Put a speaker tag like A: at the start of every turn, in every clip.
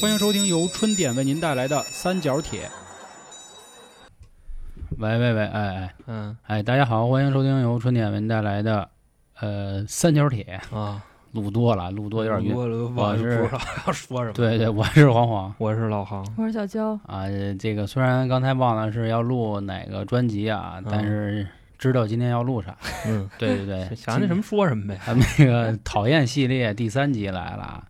A: 欢迎收听由春点为您带来的《三角铁》。喂喂喂，哎哎
B: 嗯
A: 哎，大家好，欢迎收听由春点为您带来的呃《三角铁
B: 啊，》。
A: 录多了，录多有点晕。
B: 我都
A: 我
B: 忘了不
A: 是
B: 知道要说什么。
A: 对对，，我是黄黄
B: 我是老航。
C: 我是小娇，
A: 啊。这个虽然刚才忘了是要录哪个专辑啊，
B: 嗯
A: 但是知道今天要录啥。
B: 嗯，
A: 对对 对，
B: 想那什么说什么呗。
A: 咱们这个讨厌系列第三集来了，啊，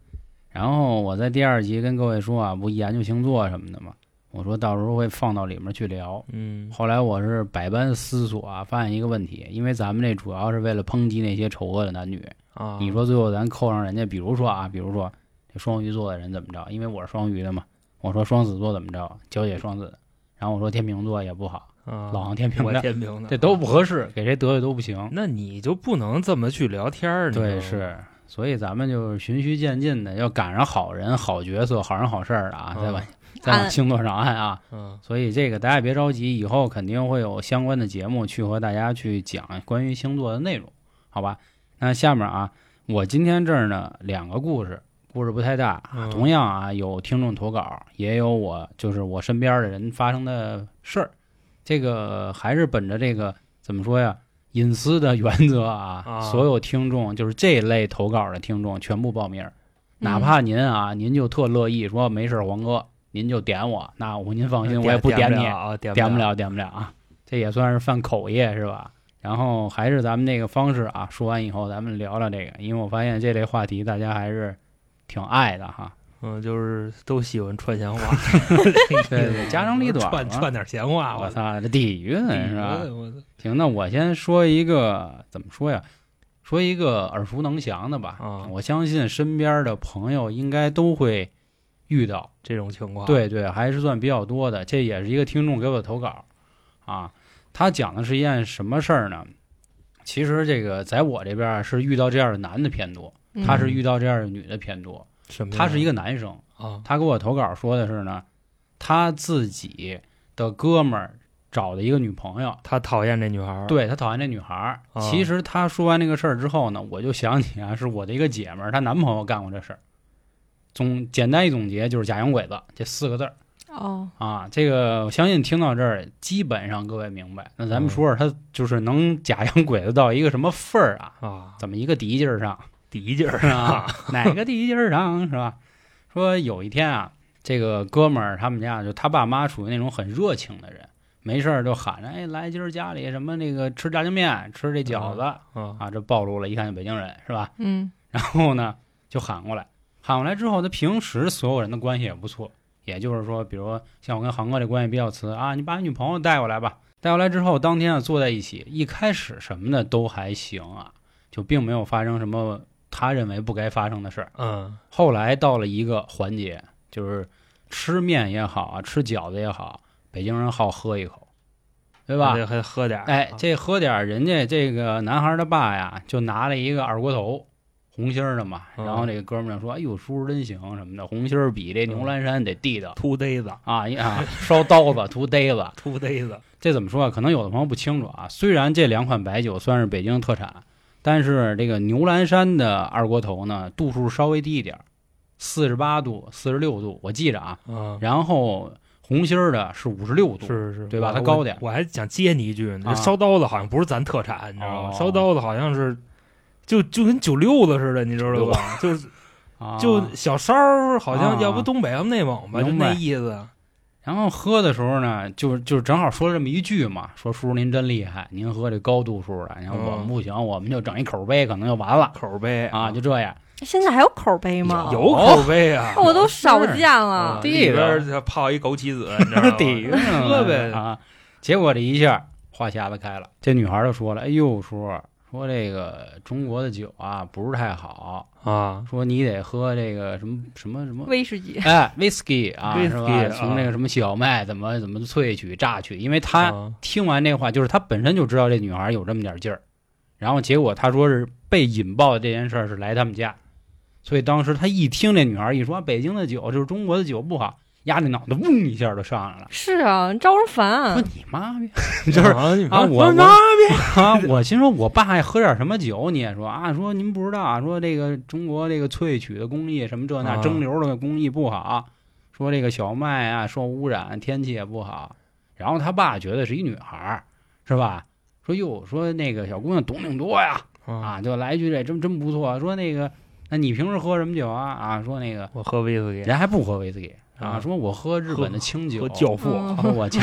A: 然后我在第二集跟各位说啊，不研究星座什么的嘛，我说到时候会放到里面去聊。
B: 嗯
A: 后来我是百般思索啊，发现一个问题，因为咱们这主要是为了抨击那些丑恶的男女。
B: 啊，
A: 你说最后咱扣上人家，比如说啊，比如说这双鱼座的人怎么着？因为我是双鱼的嘛，我说双子座怎么着，娇姐双子，然后我说天秤座也不好，
B: 啊，
A: 老王天秤
B: 我
A: 的，
B: 天平的，啊
A: 这都不合适，给谁得罪都不行。
B: 那你就不能这么去聊天儿，你
A: 对，
B: 知道吗
A: 是，所以咱们就是循序渐进的，要赶上好人、好角色、好人好事儿的啊，再往再往
C: 按
A: 星座上按啊。
B: 嗯
A: 所以这个大家别着急，以后肯定会有相关的节目去和大家去讲关于星座的内容，好吧？那下面啊，我今天这儿呢两个故事，故事不太大，
B: 嗯
A: 同样啊有听众投稿，也有我就是我身边的人发生的事儿，这个还是本着这个怎么说呀？隐私的原则啊，
B: 啊
A: 所有听众就是这类投稿的听众全部报名，
B: 嗯
A: 哪怕您啊，您就特乐意说没事儿，黄哥，您就点我，那我您放心，我也不
B: 呃点
A: 点你
B: 了，啊，点
A: 点不
B: 了。
A: 了，点不了啊，这也算是犯口业是吧？然后还是咱们那个方式啊，说完以后咱们聊聊这个，因为我发现这类话题大家还是挺爱的哈。
B: 嗯，就是都喜欢串闲话，
A: 对对家长里短
B: 串
A: 嘛
B: 串点闲话，
A: 我
B: 我操，
A: 操，这底蕴是吧？
B: 我操
A: 行，那我先说一个怎么说呀？说一个耳熟能详的吧。
B: 啊
A: 我相信身边的朋友应该都会遇到。
B: 这种情况，，
A: 对对，还是算比较多的。这也是一个听众给我的投稿啊。他讲的是一件什么事儿呢？其实这个在我这边儿是遇到这样的男的偏多，
C: 嗯
A: 他是遇到这样的女的偏多。
B: 什么呀？
A: 他是一个男生，
B: 啊
A: 他给我投稿说的是呢，他自己的哥们儿找的一个女朋友，
B: 他讨厌这女孩儿，
A: 对他讨厌这女孩儿。
B: 啊
A: 其实他说完这个事儿之后呢，我就想起啊，是我的一个姐们儿，她男朋友干过这事儿。总简单一总结就是“假洋鬼子”这四个字儿
C: 哦，
A: 啊。这个我相信听到这儿，基本上各位明白。那咱们说说他就是能假洋鬼子到一个什么份儿啊？
B: 啊，
A: 怎么一个敌劲儿上？
B: 敌劲儿
A: 是吧？哪个第一劲儿上是吧？说有一天啊，这个哥们儿他们家就他爸妈属于那种很热情的人，没事儿就喊着哎来今儿家里什么那个吃炸酱面，吃这饺子
B: 啊，
A: 啊，这暴露了，一看就北京人是吧？
C: 嗯
A: 然后呢就喊过来，喊过来之后，他平时所有人的关系也不错，也就是说，比如说像我跟航哥这关系比较瓷啊，你把你女朋友带过来吧。带过来之后，当天啊坐在一起，一开始什么的都还行啊，就并没有发生什么他认为不该发生的事儿。
B: 嗯
A: 后来到了一个环节，就是吃面也好啊，吃饺子也好，北京人好喝一口，对
B: 对
A: 吧？
B: 还得喝点儿，
A: 哎
B: 啊，
A: 这喝点儿，人家这个男孩的爸呀，就拿了一个二锅头，红心儿的嘛。
B: 嗯
A: 然后这个哥们儿就说：“哎呦，叔叔真行什么的，红心儿比这牛栏山得地道
B: 秃呆子，
A: 啊一啊，烧刀子涂呆子。
B: 秃呆子，”
A: 这怎么说啊？可能有的朋友不清楚啊。虽然这两款白酒算是北京特产，但是这个牛栏山的二锅头呢，度数稍微低一点儿，四十八度、四十六度，我记着啊。
B: 嗯，
A: 然后红心儿的是五十六度，
B: 是是，
A: 对吧
B: 我
A: 它高点
B: 我我还想接你一句呢，
A: 啊
B: 这烧刀子好像不是咱特产，你知道吗？
A: 哦
B: 烧刀子好像是就就跟酒溜子似的，你知道吧？就
A: 啊
B: 就小烧儿，好像
A: 啊
B: 要不东北，要不内蒙吧，就
A: 明白
B: 那意思。
A: 然后喝的时候呢，就就正好说了这么一句嘛，说叔叔您真厉害，您喝这高度数的，然后我们不行，我们就整一口杯，可能就完了
B: 口碑
A: 啊，就这样。
C: 现在还有口碑吗？
B: 有口碑啊，
C: 哦我都少见
B: 啊
C: 了。
B: 里
A: 地道
B: 边儿泡一枸杞子，你知道吗？
A: 底蕴
B: 喝呗
A: 啊！结果这一下话匣子开了，这女孩就说了：“哎呦，叔说这个中国的酒啊不是太好，
B: 啊，
A: 说你得喝这个什么什么什
B: 嗯
A: 么。”
C: 威士忌，
A: 哎，whisky 啊，是
B: Whisky，
A: 吧？
B: 啊
A: 从那个什么小麦怎么怎么萃取、榨取，因为他
B: 啊
A: 听完这话，就是他本身就知道这女孩有这么点劲儿，然后结果他说是被引爆的这件事儿是来他们家，所以当时他一听这女孩一说北京的酒就是中国的酒不好，丫这脑袋嗡一下就上来了，
C: 是啊，招
A: 说
C: 人烦。
A: 你妈逼，就是
B: 啊你
A: 啊
B: 妈
A: 我
B: 妈逼
A: 啊，我心说我爸爱喝点什么酒，你也说啊，说您不知道啊，说这个中国这个萃取的工艺什么这那
B: 啊
A: 蒸馏的工艺不好，说这个小麦啊，受污染，天气也不好。然后他爸觉得是一女孩儿，是吧？说哟，说那个小姑娘懂挺多呀，
B: 啊，
A: 啊，就来一句这真真不错。啊说那个，那你平时喝什么酒啊？啊，说那个
B: 我喝威士忌，
A: 人还不喝威士忌啊，
B: 啊
A: 说我喝日本的清酒。啊
B: 喝教父，
C: 嗯
A: 说我前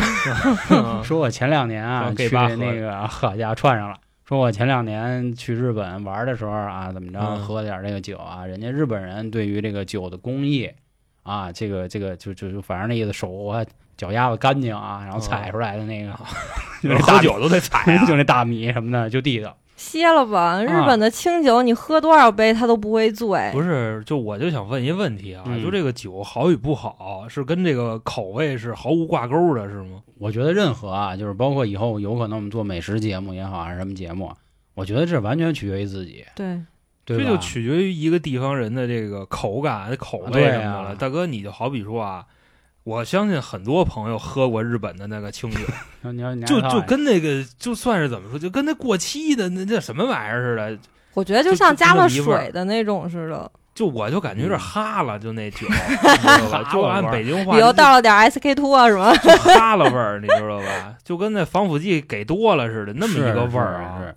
A: 说我前两年啊
B: 往
A: 去
B: 啊给巴喝
A: 那个 好家伙串上了。说我前两年去日本玩的时候啊，怎么着
B: 嗯
A: 喝点这个酒啊？人家日本人对于这个酒的工艺啊，这个这个就就就反正那意思手啊脚丫子干净啊，然后踩出来的那个， 就那
B: 就是嗯啊 喝
A: 大米
B: 酒都得踩啊
A: 就那大米什么的就地道。
C: 歇了吧，日本的清酒你喝多少杯它都不会醉。
B: 不是，就我就想问一问题啊，
A: 哎嗯
B: 就这个酒好与不好，是跟这个口味是毫无挂钩的，是吗？
A: 我觉得任何啊，就是包括以后有可能我们做美食节目也好，啊还是什么节目，我觉得这完全取决于自己，
C: 对，
A: 对
B: 这
A: 吧？
B: 就取决于一个地方人的这个口感、口味
A: 对啊
B: 什么的了。大哥，你就好比说啊，我相信很多朋友喝过日本的那个清 酒，
A: 就你要你拿
B: 就
A: 它
B: 就
A: 来
B: 跟那个就算是怎么说，就跟那过期的那那什么玩意儿似的。
C: 我觉得就
B: 就
C: 像
B: 就
C: 加
B: 那
C: 了
B: 么一味儿
C: 水的那种似的，
B: 就我就感觉有点
A: 嗯
B: 哈了，就那酒，你 知道吧？
A: 哈了
B: 就
A: 味
B: 按
A: 儿
B: 北京话，
C: 里头倒了点 SK two 啊什么。
B: 就哈了味儿，你知道吧？就跟那防腐剂给多了似的，那么一个味儿啊。
A: 是是是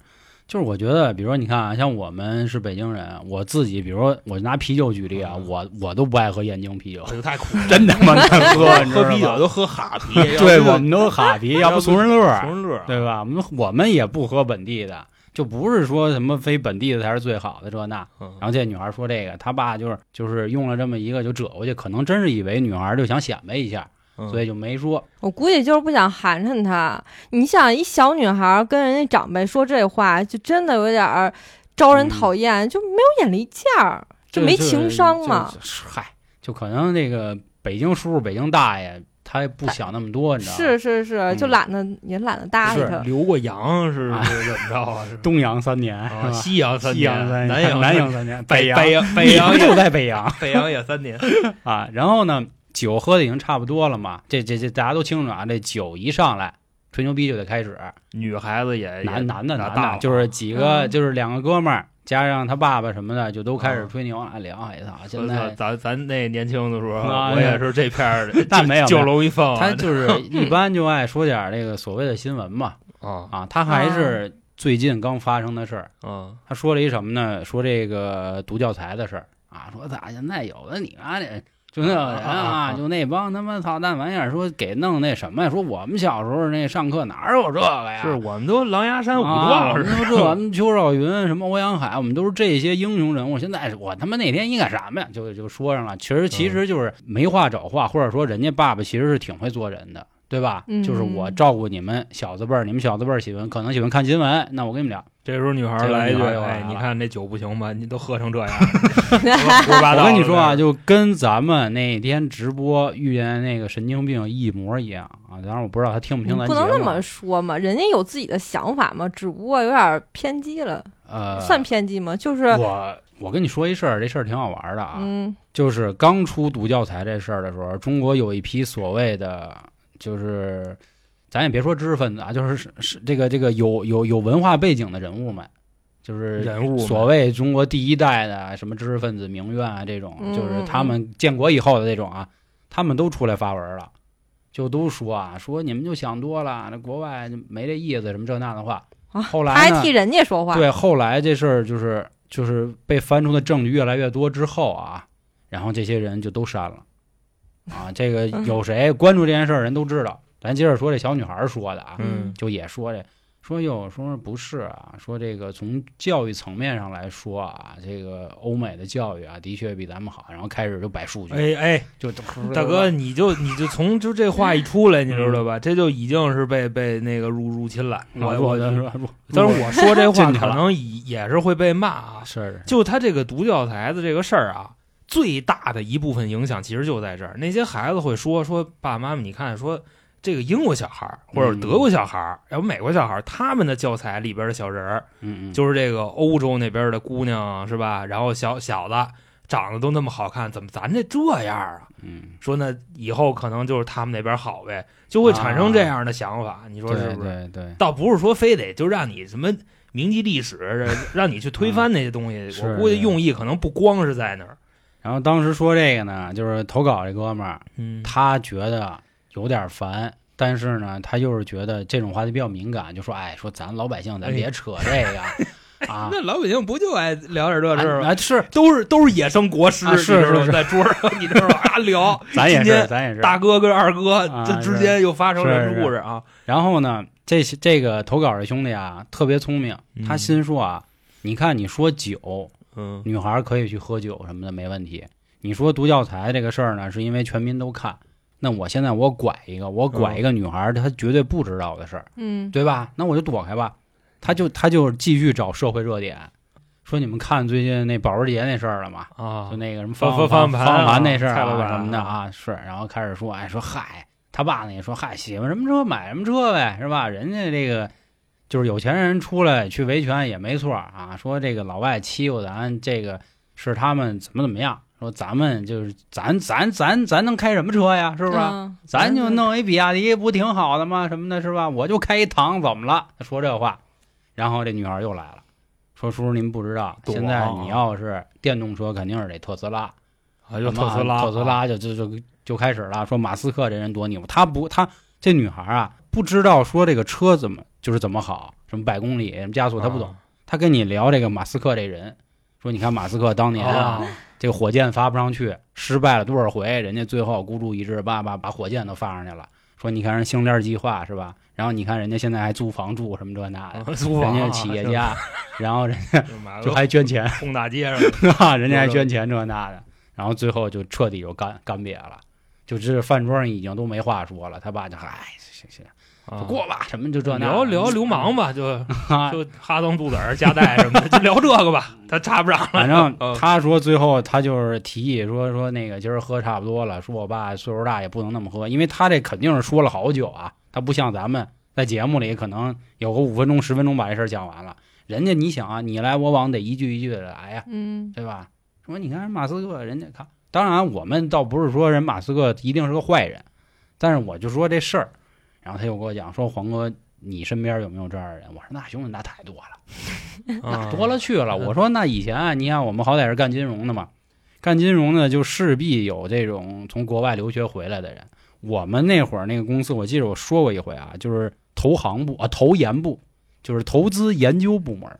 A: 就是我觉得，比如说你看啊，像我们是北京人，我自己，比如说我拿啤酒举例啊，
B: 嗯
A: 我我都不爱喝燕京啤 酒，
B: 可就太苦了，
A: 真他妈 难喝，你知
D: 喝
A: 道吗，
D: 啤酒都喝哈啤
A: 对，我们都哈啤，要不怂人乐儿，
B: 穷乐儿。
A: 对吧？我们我们也不喝本地的，就不是说什么非本地的才是最好的这那。
B: 嗯
A: 然后这女孩说这个，她爸就是就是用了这么一个就折过去，可能真是以为女孩就想显摆一下，
B: 嗯
A: 所以就没说。
C: 我估计就是不想寒碜他。你想，一小女孩跟人家长辈说这话，就真的有点儿招人讨
B: 嗯
C: 厌，就没有眼力见儿，
A: 这
C: 没情商嘛。
A: 就就嗨，就可能那个北京叔叔、北京大爷，他也不想那么多，你知道吗？
C: 是是是，
A: 嗯
C: 就懒得也懒得搭理
A: 是
C: 他。
B: 留过洋是
A: 啊
B: 是怎么着啊？是
A: 东阳三年，
B: 啊，
A: 是吧
B: 西洋三
A: 哦西洋三
B: 年，
A: 年，
B: 南洋
A: 南
B: 三
A: 洋三年，
B: 北
A: 洋，
B: 北洋北 洋
A: 你就
B: 也
A: 在北洋
B: 北洋 也三年。
A: 啊。然后呢，酒喝的已经差不多了嘛，这这这大家都清楚啊，这酒一上来。吹牛逼就得开始，
B: 女孩子也
A: 男男的男
B: 大
A: 的，就是几个
C: 嗯
A: 就是两个哥们儿加上他爸爸什么的，就都开始吹牛啊，聊哎操，现在
B: 咱咱那年轻的时
A: 啊，
B: 候，我也是这片儿 的
A: 那没有没有
B: 九龙一凤啊，
A: 他 就是一般就爱说点儿这个所谓的新闻嘛，
B: 啊
A: 啊，他还是最近刚发生的事儿。
B: 啊
A: 他说了一什么呢？说这个读教材的事儿啊，说咋现在有的你妈的就那人
B: 啊啊
A: 啊，
B: 啊
A: 就那帮他妈操蛋玩意儿，说给弄那什么呀？说我们小时候那上课哪有这个呀？
B: 是我们都狼牙山五
A: 啊，
B: 壮
A: 我
B: 士
A: 们，说这我们邱少云、什么欧阳海，我们都是这些英雄人物。现在我他妈那天一干什么呀？就就说上了。其实其实就是没话找话，或者说人家爸爸其实是挺会做人的，对吧？
C: 嗯
A: 就是我照顾你们小子辈儿，你们小子辈儿喜欢可能喜欢看新闻，那我跟你们聊。
B: 这时候女孩儿来一句：“
A: 这时候女孩儿就来
B: 哎，
A: 了
B: 你看这酒不行吧？你都喝成这 样， 胡说八道。”
A: 我跟你说啊，，就跟咱们那天直播遇见那个神经病一模一样啊！当然我不知道他听不
C: 你
A: 听咱节
C: 不
A: 目
C: 能
A: 啊，
C: 那么说嘛，人家有自己的想法嘛，只不过有点偏激了，
A: 呃，
C: 算偏激吗？就是，
A: 我我跟你说一事儿，这事儿挺好玩儿的啊。
C: 嗯，
A: 就是刚出读教材这事儿的时候，中国有一批所谓的，就是咱也别说知识分子啊，就是是是这个这个有有有文化背景的人物们，就是
B: 人物嘛
A: 所谓中国第一代的什么知识分子、名媛啊这种
C: 嗯，
A: 就是他们建国以后的这种啊，他们都出来发文了，就都说啊，说你们就想多了，那国外就没这意思什么这那的话。
C: 啊
A: 后
C: 他
A: 来
C: 还
A: 呢
C: 替？人家说话，
A: 对，后来这事儿就是就是被翻出的证据越来越多之后啊，然后这些人就都删了，啊，这个有谁关注这件事儿人都知道。咱接着说这小女孩儿说的啊，
B: 嗯，
A: 就也说这，说哟，说不是啊，说这个从教育层面上来说啊，这个欧美的教育啊，的确比咱们好。然后开始就摆数据，
B: 哎哎，
A: 就
B: 大哥，，你就你就从就这话一出来，你知道吧？这就已经是被被那个入入侵了。
A: 嗯我
B: 我
A: 我
B: 我，
A: 的
B: 但
A: 但
B: 是我说这话
A: 进去
B: 可
A: 了
B: 能也也是会被骂啊。
A: 是
B: 就他这个读教材的这个事儿啊，最大的一部分影响其实就在这儿。那些孩子会说说爸爸妈妈，你看说这个英国小孩儿或者
A: 嗯
B: 德国小孩儿，要不美国小孩儿，他们的教材里边的小人儿，
A: 嗯嗯，
B: 就是这个欧洲那边的姑娘是吧？然后小小子长得都那么好看，怎么咱这这样啊？
A: 嗯，
B: 说那以后可能就是他们那边好呗，就会产生这样的想法，你说是
A: 啊对
B: 不是？
A: 对对，
B: 倒不是说非得就让你什么 铭记历史，让让你去推翻那些东西。
A: 嗯是
B: 我估计用意可能不光是在那儿，
A: 然后当时说这个呢，就是投稿这哥们儿，
B: 嗯，
A: 他觉得有点烦，但是呢，他又是觉得这种话题比较敏感，就说哎，说咱老百姓咱别扯这个、 啊。
B: 那老北京不就爱聊点这事儿吗？
A: 啊，是，
B: 哎都是都是野生国师，
A: 啊是
B: 你知道吗
A: 是是
B: 在桌上，你知道吧？啊聊
A: 咱也
B: 今
A: 是，
B: 天
A: 咱也是。
B: 大哥跟二哥，
A: 啊
B: 这
A: 是
B: 之间又发生了什
A: 是
B: 么
A: 是
B: 故事啊？
A: 然后呢，这些这个投稿的兄弟啊，特别聪明，
B: 嗯
A: 他心说啊，你看你说酒，
B: 嗯
A: 女孩可以去喝酒什么的没问题。你说读教材这个事儿呢，是因为全民都看。那我现在我拐一个，我
B: 嗯
A: 拐一个女孩，她绝对不知道的事儿，
C: 嗯，
A: 对吧？那我就躲开吧。他就他就继续找社会热点，说你们看最近那保时捷那事儿了吗？
B: 啊
A: 就，那个什么
B: 方
A: 方方
B: 方
A: 方
B: 方
A: 盘
B: 盘
A: 那事儿
B: 蔡
A: 啊
B: 老板
A: 什么的啊，是，然后开始说，哎，说嗨，他爸呢也说，嗨，喜欢什么车买什么车呗，是吧？人家这个就是有钱人出来去维权也没错啊，说这个老外欺负咱，这个是他们怎么怎么样，说咱们就是咱咱咱咱能开什么车呀，是啊
C: 是
A: 不是？咱就弄一比亚迪不挺好的吗？什么的，是吧？我就开一唐，怎么了？他说这话，然后这女孩又来了，说叔叔您不知道，
B: 懂啊
A: 现在你要是电动车肯定是得特斯拉，
B: 啊，又
A: 什么
B: 特斯拉，
A: 特斯拉就啊就就就开始了，说马斯克这人多牛，他不他这女孩啊不知道说这个车怎么就是怎么好，什么百公里什么加速她不懂，
B: 啊
A: 她跟你聊这个马斯克这人，说你看马斯克当年啊
B: 啊，
A: 这个火箭发不上去，失败了多少回，人家最后孤注一掷，叭叭把火箭都发上去了。说你看人星链计划是吧？然后你看人家现在还租房住什么这那的，
B: 租
A: 人
B: 房
A: 家
B: 啊
A: 是企业，家，然后人
B: 就买了
A: 就还捐钱，
B: 轰大街 上，
A: 哈，人家还捐钱这那的，然后最后就彻底就干干瘪了，就这饭桌上已经都没话说了。他爸就哎，行行，
B: 啊
A: 就过吧，什么就这那
B: 聊
A: 的
B: 聊流氓吧，就
A: 啊，
B: 就哈登肚子儿夹带什么的，就聊这个吧，他插不上 了。
A: 反正
B: 嗯
A: 他说最后他就是提议说说那个今儿喝差不多了，说我爸岁数大也不能那么喝，因为他这肯定是说了好久啊，他不像咱们在节目里可能有个五分钟十分钟把这事儿讲完了，人家你想啊，你来我往得一句一句的来呀、
C: 嗯
A: 对吧？说你看人马斯克，人家看，当然我们倒不是说人马斯克一定是个坏人，但是我就说这事儿，然后他又跟我讲说黄哥，你身边有没有这样的人？我说那兄弟那太多了。那多了去了。
B: 嗯
A: 我说那以前啊，你看我们好歹是干金融的嘛，干金融的就势必有这种从国外留学回来的人。我们那会儿那个公司，我记得我说过一回啊，就是投行部啊，投研部，就是投资研究部门儿。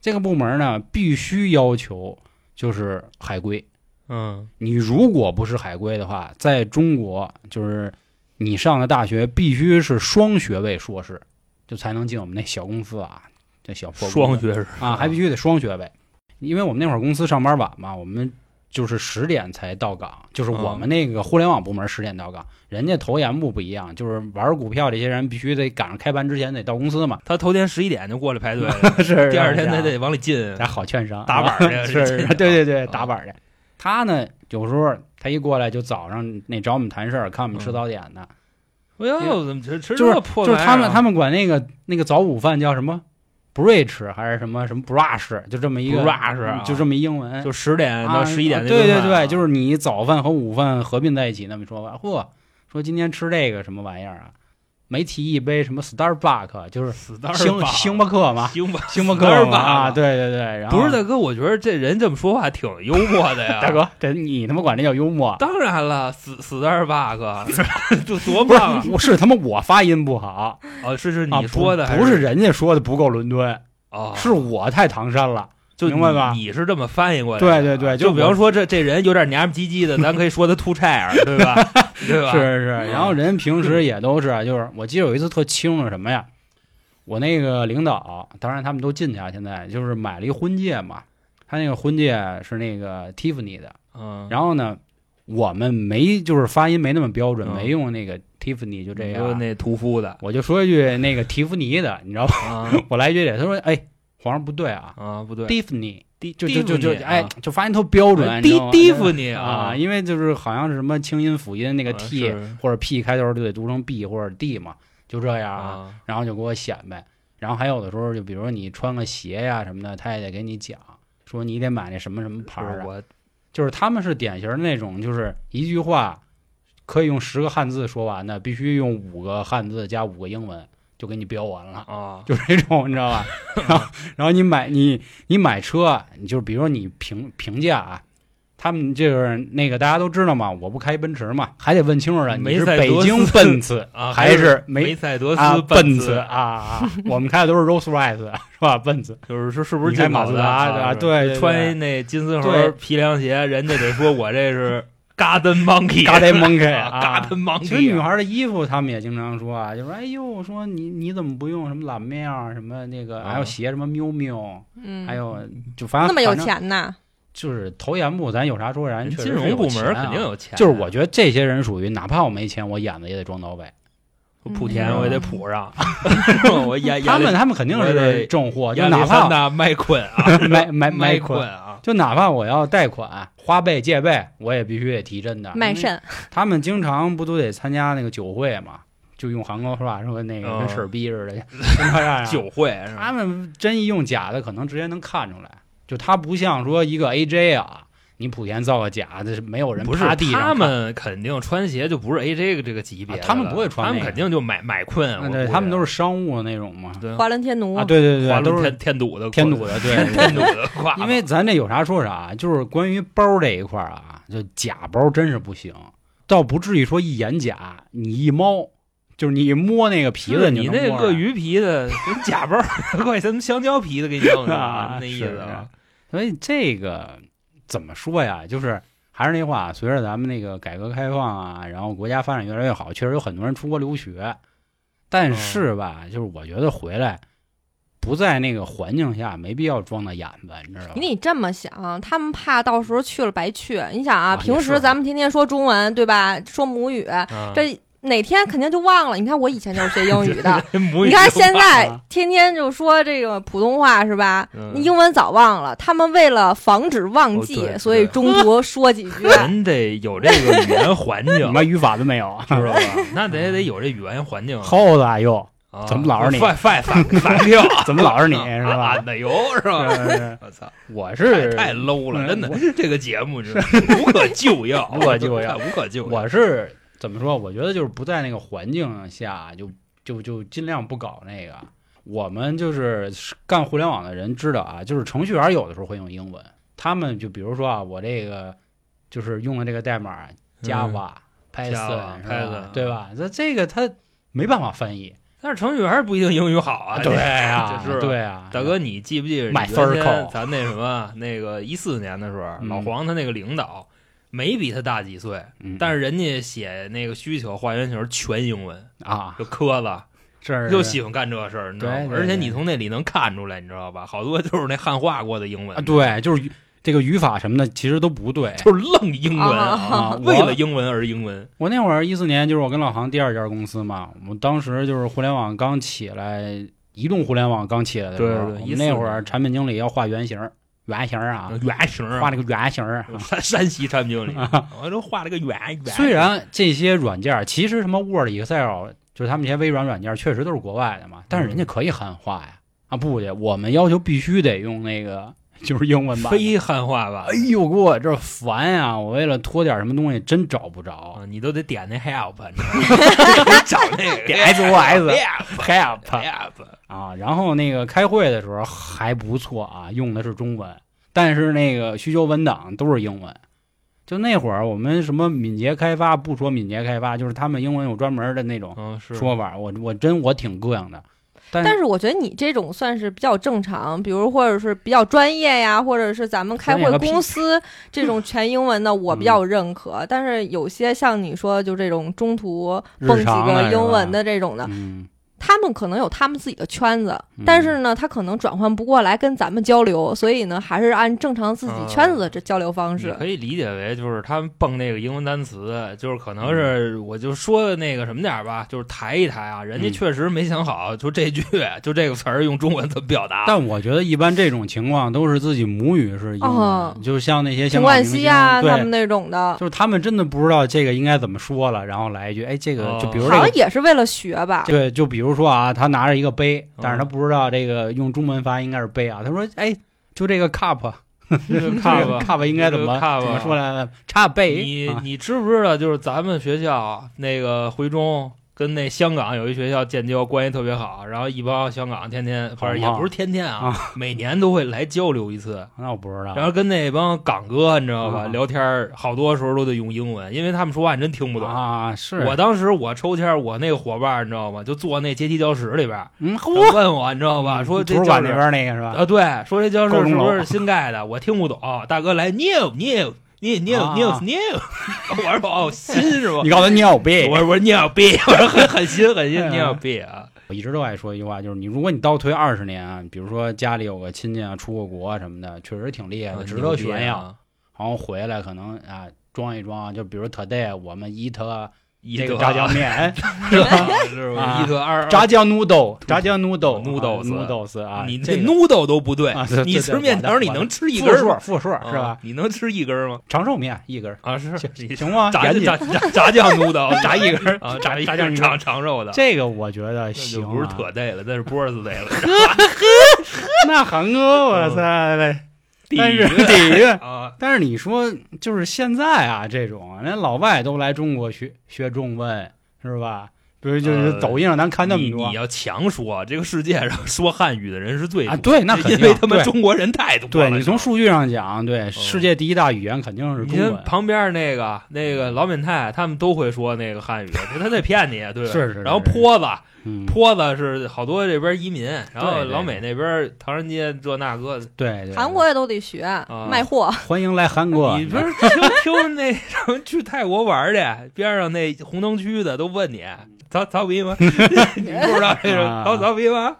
A: 这个部门儿呢，必须要求就是海归。
B: 嗯，
A: 你如果不是海归的话，在中国就是你上的大学必须是双学位硕士，就才能进我们那小公司啊，这小破公司
B: 双学士
A: 啊，还必须得双学位，因为我们那会儿公司上班晚嘛，我们就是十点才到岗，就是我
B: 嗯
A: 们那个互联网部门十点到岗，人家投研部不一样，就是玩股票这些人必须得赶上开盘之前得到公司嘛，
B: 他头天十一点就过来排队了，
A: 是
B: 第二天
A: 他
B: 他得往里进
A: 咱好券商啊
B: 打板去。
A: 是是，对对对，
B: 啊
A: 打板去。他呢，有时候他一过来就早上那找我们谈事儿，看我们吃
B: 嗯
A: 早点呢，
B: 哎呦，怎么吃吃
A: 就是
B: 这破
A: 就是他们他
B: 们
A: 们管那个那个早午饭叫什么 brunch 还是什么什么 brush，就这么一个
B: Brush 啊
A: 就这么一英文，
B: 就十点呃到
A: 啊
B: 十一点
A: 啊
B: 那
A: 对
B: 顿
A: 对
B: 饭啊
A: 对，就是你早饭和午饭合并在一起那么说吧。嚯，说今天吃这个什么玩意儿啊？没提一杯什么 Starbucks，就是
B: 死蛋儿
A: 星
B: 吧
A: 星巴克 嘛，
B: 星巴
A: 星巴克嘛
B: Starbucks
A: 啊，对对对。然后
B: 不是大哥，我觉得这人这么说话挺幽默的呀，
A: 大。哥，这你他妈管这叫幽默啊？
B: 当然了，死死蛋 儿 bug，就多棒啊！
A: 不是他妈我发音不好
B: 哦，是是
A: 啊，
B: 你说的
A: 不
B: 还
A: 不是人家说的不够伦敦，
B: 哦，
A: 是我太唐山了。
B: 就
A: 明白吧
B: 你你是这么翻译过来
A: 对
B: 的？
A: 对
B: 啊
A: 对，
B: 就比
A: 我
B: 方说这这人有点娘们唧 唧的，咱可以说他秃柴儿，对吧？对吧？
A: 是是
B: 嗯
A: 是，然后人平时也都是，就是我记得有一次特清楚什么呀，我那个领导，当然他们都进去啊，现在就是买了一婚戒嘛，他那个婚戒是那个 Tiffany 的，
B: 嗯，
A: 然后呢，我们没就是发音没那么标准，
B: 嗯
A: 没用那个 Tiffany 就这
B: 就
A: 样，
B: 那屠夫 的
A: 我就说一句那个提芙尼的，你知道吧？
B: 啊
A: 我来一句这，他说哎，皇上不对啊
B: 啊，不对，
A: ，Tiffany。
B: 蒂
A: 就就就就
B: 蒂芙尼啊
A: 哎，就发音特标准，你知
B: 蒂
A: 道吗
B: 蒂芙尼
A: 啊，
B: 啊，
A: 因为就是好像是什么清音辅音那个
B: 啊
A: t
B: 是
A: 或者 p 开头就得读成 b 或者 d 嘛，就这样啊。
B: 啊，
A: 然后就给我显摆，然后还有的时候就比如说你穿个鞋呀、什么的，他也得给你讲，说你得买那什么什么牌
B: 是
A: 儿啊。
B: 我
A: 就是他们是典型的那种，就是一句话可以用十个汉字说完的，必须用五个汉字加五个英文就给你标完了。
B: 啊，
A: 就这种，你知道吧？然后，然后你买你你买车，你就比如说你评评价啊，他们就是那个大家都知道嘛，我不开奔驰嘛，还得问清楚了，你
B: 梅
A: 是
B: 赛
A: 北
B: 德斯
A: 京奔驰
B: 啊，
A: 还是
B: 梅
A: 梅
B: 赛德
A: 啊
B: 斯
A: 奔
B: 驰
A: 驰啊？啊我们开的都是 Rolls Royce 啊是吧？奔 驰
B: 就是说是不是
A: 你开
B: 进口
A: 马自
B: 的
A: 达对吧
B: 啊？
A: 对对对
B: 穿一那金丝猴
A: 对
B: 皮凉鞋，人家得说我这是 Garden Monkey，
A: ，Garden Monkey
B: 啊
A: 啊。
B: ，Garden
A: 其实女
B: Monkey 啊。
A: 孩的衣服，他们也经常说啊，就说哎呦，说你你怎么不用什么蓝面儿，什么那个，
B: 啊
A: 还有鞋什么喵喵，
C: 嗯，
A: 还有就反正
C: 那么有
A: 哎反正
C: 钱呐？
A: 就是头研部，咱有啥说啥，人确实
B: 金
A: 是
B: 融
A: 有
B: 部
A: 钱
B: 门
A: 啊
B: 肯定有钱，
A: 就是我觉得这些人属于，哪怕我没钱，我演的也得装到位。
B: 莆田
A: 嗯
B: 我也得莆上，是吧 我演
A: 他们他们肯定
B: 我
A: 是
B: 得
A: 正货，就
B: 亚历
A: 哪
B: 山
A: 怕
B: 大麦昆啊，
A: 买买买
B: 麦
A: 款，
B: 啊，
A: 就哪怕我要贷款、花呗、借呗，我也必须得提真的。啊
C: 卖
A: 因为嗯
C: 肾，
A: 他们经常不都得参加那个酒会嘛？就用韩国话说那个
B: 嗯
A: 跟事儿逼似的，经常这样
B: 酒会是吧
C: 啊
A: 他们真一用假的，可能直接能看出来。就他不像说一个 AJ 啊，你莆田造个假，这是没有人
B: 不是
A: 趴地上
B: 他
A: 看
B: 们肯定穿鞋就不是 AJ 这个级别
A: 啊
B: 的了，
A: 他们不会穿
B: 他
A: 那
B: 们
A: 个
B: 肯定就买买困，
A: 啊
B: 我
A: 对
B: 估计
A: 他们都是商务那种嘛。
B: 对
C: 华伦天奴
A: 啊，，对对对
B: 华
A: 对，都
B: 伦
A: 是
B: 天天赌的
A: 添
B: 裤
A: 堵
B: 子
A: 的，对，
B: 天赌的胯子，
A: 因为咱这有啥说啥，就是关于包这一块儿啊，就假包真是不行，倒不至于说一眼假，你一猫，就是你一摸那个皮
B: 是
A: 子，
B: 你啊
A: 就能
B: 那
A: 摸
B: 鳄
A: 上，
B: 鱼皮的跟假包，怪什么香蕉皮 的给你弄
A: 啊
B: 的，那意
A: 是
B: 思啊。
A: 所以这个怎么说呀？就是还是那话，随着咱们那个改革开放啊，然后国家发展越来越好，确实有很多人出国留学，但是吧，就是我觉得回来不在那个环境下，没必要装的眼吧，你知道吗？
C: 你得这么想，他们怕到时候去了白去。你想啊，
A: 啊
C: 平
A: 也是嗯
C: 时咱们天天说中文，对吧？说母语，
B: 啊，
C: 这哪天肯定就忘了。你看我以前就是学英语的
B: 母语
C: 你看现在
A: 了
C: 天天就说这个普通话是吧？
B: 嗯
C: 你英文早忘了。他们为了防止忘
B: 哦
C: 记，
B: 对
C: 所以
B: 对
C: 中途说几 句。
B: 人得有这个语言环境，
A: 你
B: 知
A: 妈语法都没有，
B: 道吧？那得得有这语言环境啊。
A: 厚的又。
B: 啊
A: 怎么老是你
B: 反反反 反跳，
A: 怎么老是你是
B: 啊
A: 吧？
B: 俺的油是吧？
A: 是
B: 我操，
A: 啊 我
B: 太
A: 是
B: 太 low 了，
A: 嗯
B: 真的，这个节目是无可救药，
A: 无可救药
B: 无可救药。
A: 我是怎么说？我觉得就是不在那个环境下，就就就尽量不搞那个。我们就是干互联网的人知道啊，就是程序员有的时候会用英文，他们就比如说啊，我这个就是用的这个代码嗯 Java、Python 是吧
B: Python
A: 对吧？那这个他没办法翻译，
B: 但是程序员不一定英语好啊，
A: 对
B: 这
A: 呀，
B: 这是吧
A: 对啊呀，
B: 大哥，你记不记得
A: 买
B: 原
A: 分儿
B: 先
A: 扣
B: 咱那什么那个一四年的时候，
A: 嗯
B: 老黄他那个领导没比他大几岁，
A: 嗯，
B: 但是人家写那个需求还原球全英文，
A: 啊，
B: 就磕了，
A: 这
B: 就喜欢干这事儿，你知道吗？
A: 对对
B: 而且
A: 对
B: 你从那里能看出来，你知道吧？好多就是那汉化过的英文，
A: 啊，对，就是语这个语法什么的其实都不对。
B: 就是愣英文
A: 啊
B: 啊，
A: 我
B: 为了英文而英文，
A: 我那会儿一四年，就是我跟老航第二家公司嘛，我们当时就是互联网刚起来，移动互联网刚起来的时候，
B: 对
A: 我
B: 对14
A: 们那会儿产品经理要画原型儿，原型儿啊，
B: 圆形
A: 画
B: 啊，
A: 那个原型 儿啊。
B: 山山西产品经理， 我都画了个圆圆。
A: 虽然这些软件儿其实什么 Word、Excel，就是他们这些微软软件儿确实都是国外的嘛，但是人家可以汉化呀。啊不去，我们要求必须得用那个就是英文版的。
B: 非汉化吧
A: 哎，呦，给我这烦呀、我为了拖点什么东西，真找不着。
B: 啊，你都得点那 help，你 知道吗找那 个
A: 点 SOS
B: help
A: Help！
B: help，
A: 啊，然后那个开会的时候还不错啊，用的是中文，但是那个需求文档都是英文。就那会儿我们什么敏捷开发，不说敏捷开发，就是他们英文有专门的那种
B: 嗯是
A: 说法。我我真我挺膈应的，但
C: 但是我觉得你这种算是比较正常，比如或者是比较专业呀，或者是咱们开
A: 专业
C: 会
A: 个屁
C: 公司这种全英文的，我比较认可。
A: 嗯
C: 但是有些像你说就这种中途蹦
A: 日
C: 几
A: 常的
C: 个
A: 是吧
C: 英文的这种的，
A: 嗯，
C: 他们可能有他们自己的圈子，
A: 嗯
C: 但是呢，他可能转换不过来跟咱们交流，所以呢，还是按正常自己
A: 嗯
C: 圈子的这交流方
B: 你
C: 式。
B: 可以理解为就是他们蹦那个英文单词，就是可能是我就说那个什么点儿吧，就是抬一抬啊，人家
A: 嗯
B: 确实没想好，就这句就这个词儿用中文怎么表达。
A: 但我觉得一般这种情况都是自己母语是英文，
C: 哦
A: 就像那些
C: 陈
A: 香港
C: 冠
A: 明星
C: 希呀，
A: 对
C: 啊他们那种的，
A: 就是他们真的不知道这个应该怎么说了，然后来一句，哎，这个、
B: 哦
A: 就比如这
C: 好
A: 个
C: 像也是为了学吧。
A: 对，就比如说啊，他拿着一个杯，但是他
B: 嗯
A: 不知道这个用中文发音应该是杯啊。他说：“哎，就这个 cup，
B: 这个
A: 这
B: cup
A: 个 cup 应该怎么
B: 这个 cup 啊
A: 怎么说来着？茶杯。
B: 你
A: 啊
B: 你知不知道？就是咱们学校那个回中跟那香港有一学校建交，关系特别好，然后一帮香港天天不是也
A: 好嘛
B: 不是天天啊，每年都会来交流一次，
A: 那我不知道
B: 然后跟那帮港哥你知道吧、
A: 啊
B: 聊天儿，好多时候都得用英文，因为他们说话你真听不懂。
A: 啊，是
B: 我当时我抽签儿，我那个伙伴你知道吗？就坐那阶梯教室里边儿，
A: 嗯，
B: 他
A: 嚯，
B: 问我你知道吧？说这
A: 图书
B: 教
A: 馆那
B: 室
A: 边那个是吧？
B: 啊，对，说这教室
A: 高中
B: 是不
A: 楼
B: 是新盖的？我听不懂。大哥来，new new new new
A: 啊
B: new new，我说哦，新是吧
A: 你？告诉他你有病。
B: 我说你有病，我说很很新很新
A: 哎，呀
B: 你有病啊！
A: 我一直都爱说一句话，就是你如果你倒推二十年啊，比如说家里有个亲戚啊出过国啊什么的，确实挺厉害的，值得炫耀。
B: 啊！
A: 然后回来可能啊装一装，就比如 today 我们 eat
B: 一
A: 那
B: 德
A: 个炸酱面，哎
B: 是吧？是吧？
A: 啊
B: 一德二
A: 炸酱 noodle，炸酱 noodle
B: noodles
A: noodles 啊，
B: 你
A: 这
B: 这
A: 个
B: noodle 都不对
A: 啊对，对
B: 你
A: 对
B: 吃面条
A: 完了
B: 你能吃一根
A: 复
B: 儿
A: 数
B: 吗？
A: 复数是吧
B: 啊？？你能吃一根儿吗？
A: 长寿面一 根儿
B: 啊，是
A: 行行吗？
B: 炸
A: 赶紧
B: 炸炸炸酱 noodle，
A: 炸一根儿
B: 啊，
A: 炸
B: 炸
A: 炸酱
B: 炸酱
A: 一根
B: 长长肉的，
A: 这个我觉得
B: 那
A: 行
B: 就
A: 啊，
B: 不是特对了，那是波尔斯对了。
A: 那韩哥，
B: 嗯
A: 我操！但是
B: 地狱
A: 底蕴，
B: 啊，
A: 但是你说就是现在啊，这种连老外都来中国学学中文，是吧？比如就是
B: 呃
A: 抖音上咱看那么
B: 你
A: 多
B: 你要强说，这个世界上说汉语的人是最多
A: 啊，对，那肯
B: 因
A: 定
B: 为他们
A: 对
B: 中国人太多了。嗯
A: 对你从数据上讲，对世界第一大语言肯定是
B: 你
A: 中
B: 看
A: 文，
B: 旁边那个那个老缅泰，他们都会说那个汉语，他在骗你，啊对吧？
A: 是是是
B: 然后
A: 是
B: 坡子，
A: 嗯，
B: 坡子是好多这边移民，然后
A: 对对
B: 老美那边唐人街这那个的，
A: 对对，
C: 韩国也都得学
A: 啊
C: 卖货，
A: 欢迎来韩国，
B: 你不 是听听那什么去泰国玩去，边上那红灯区的都问你曹曹逼吗？你 不知道这是
A: 啊
B: 曹曹 逼吗？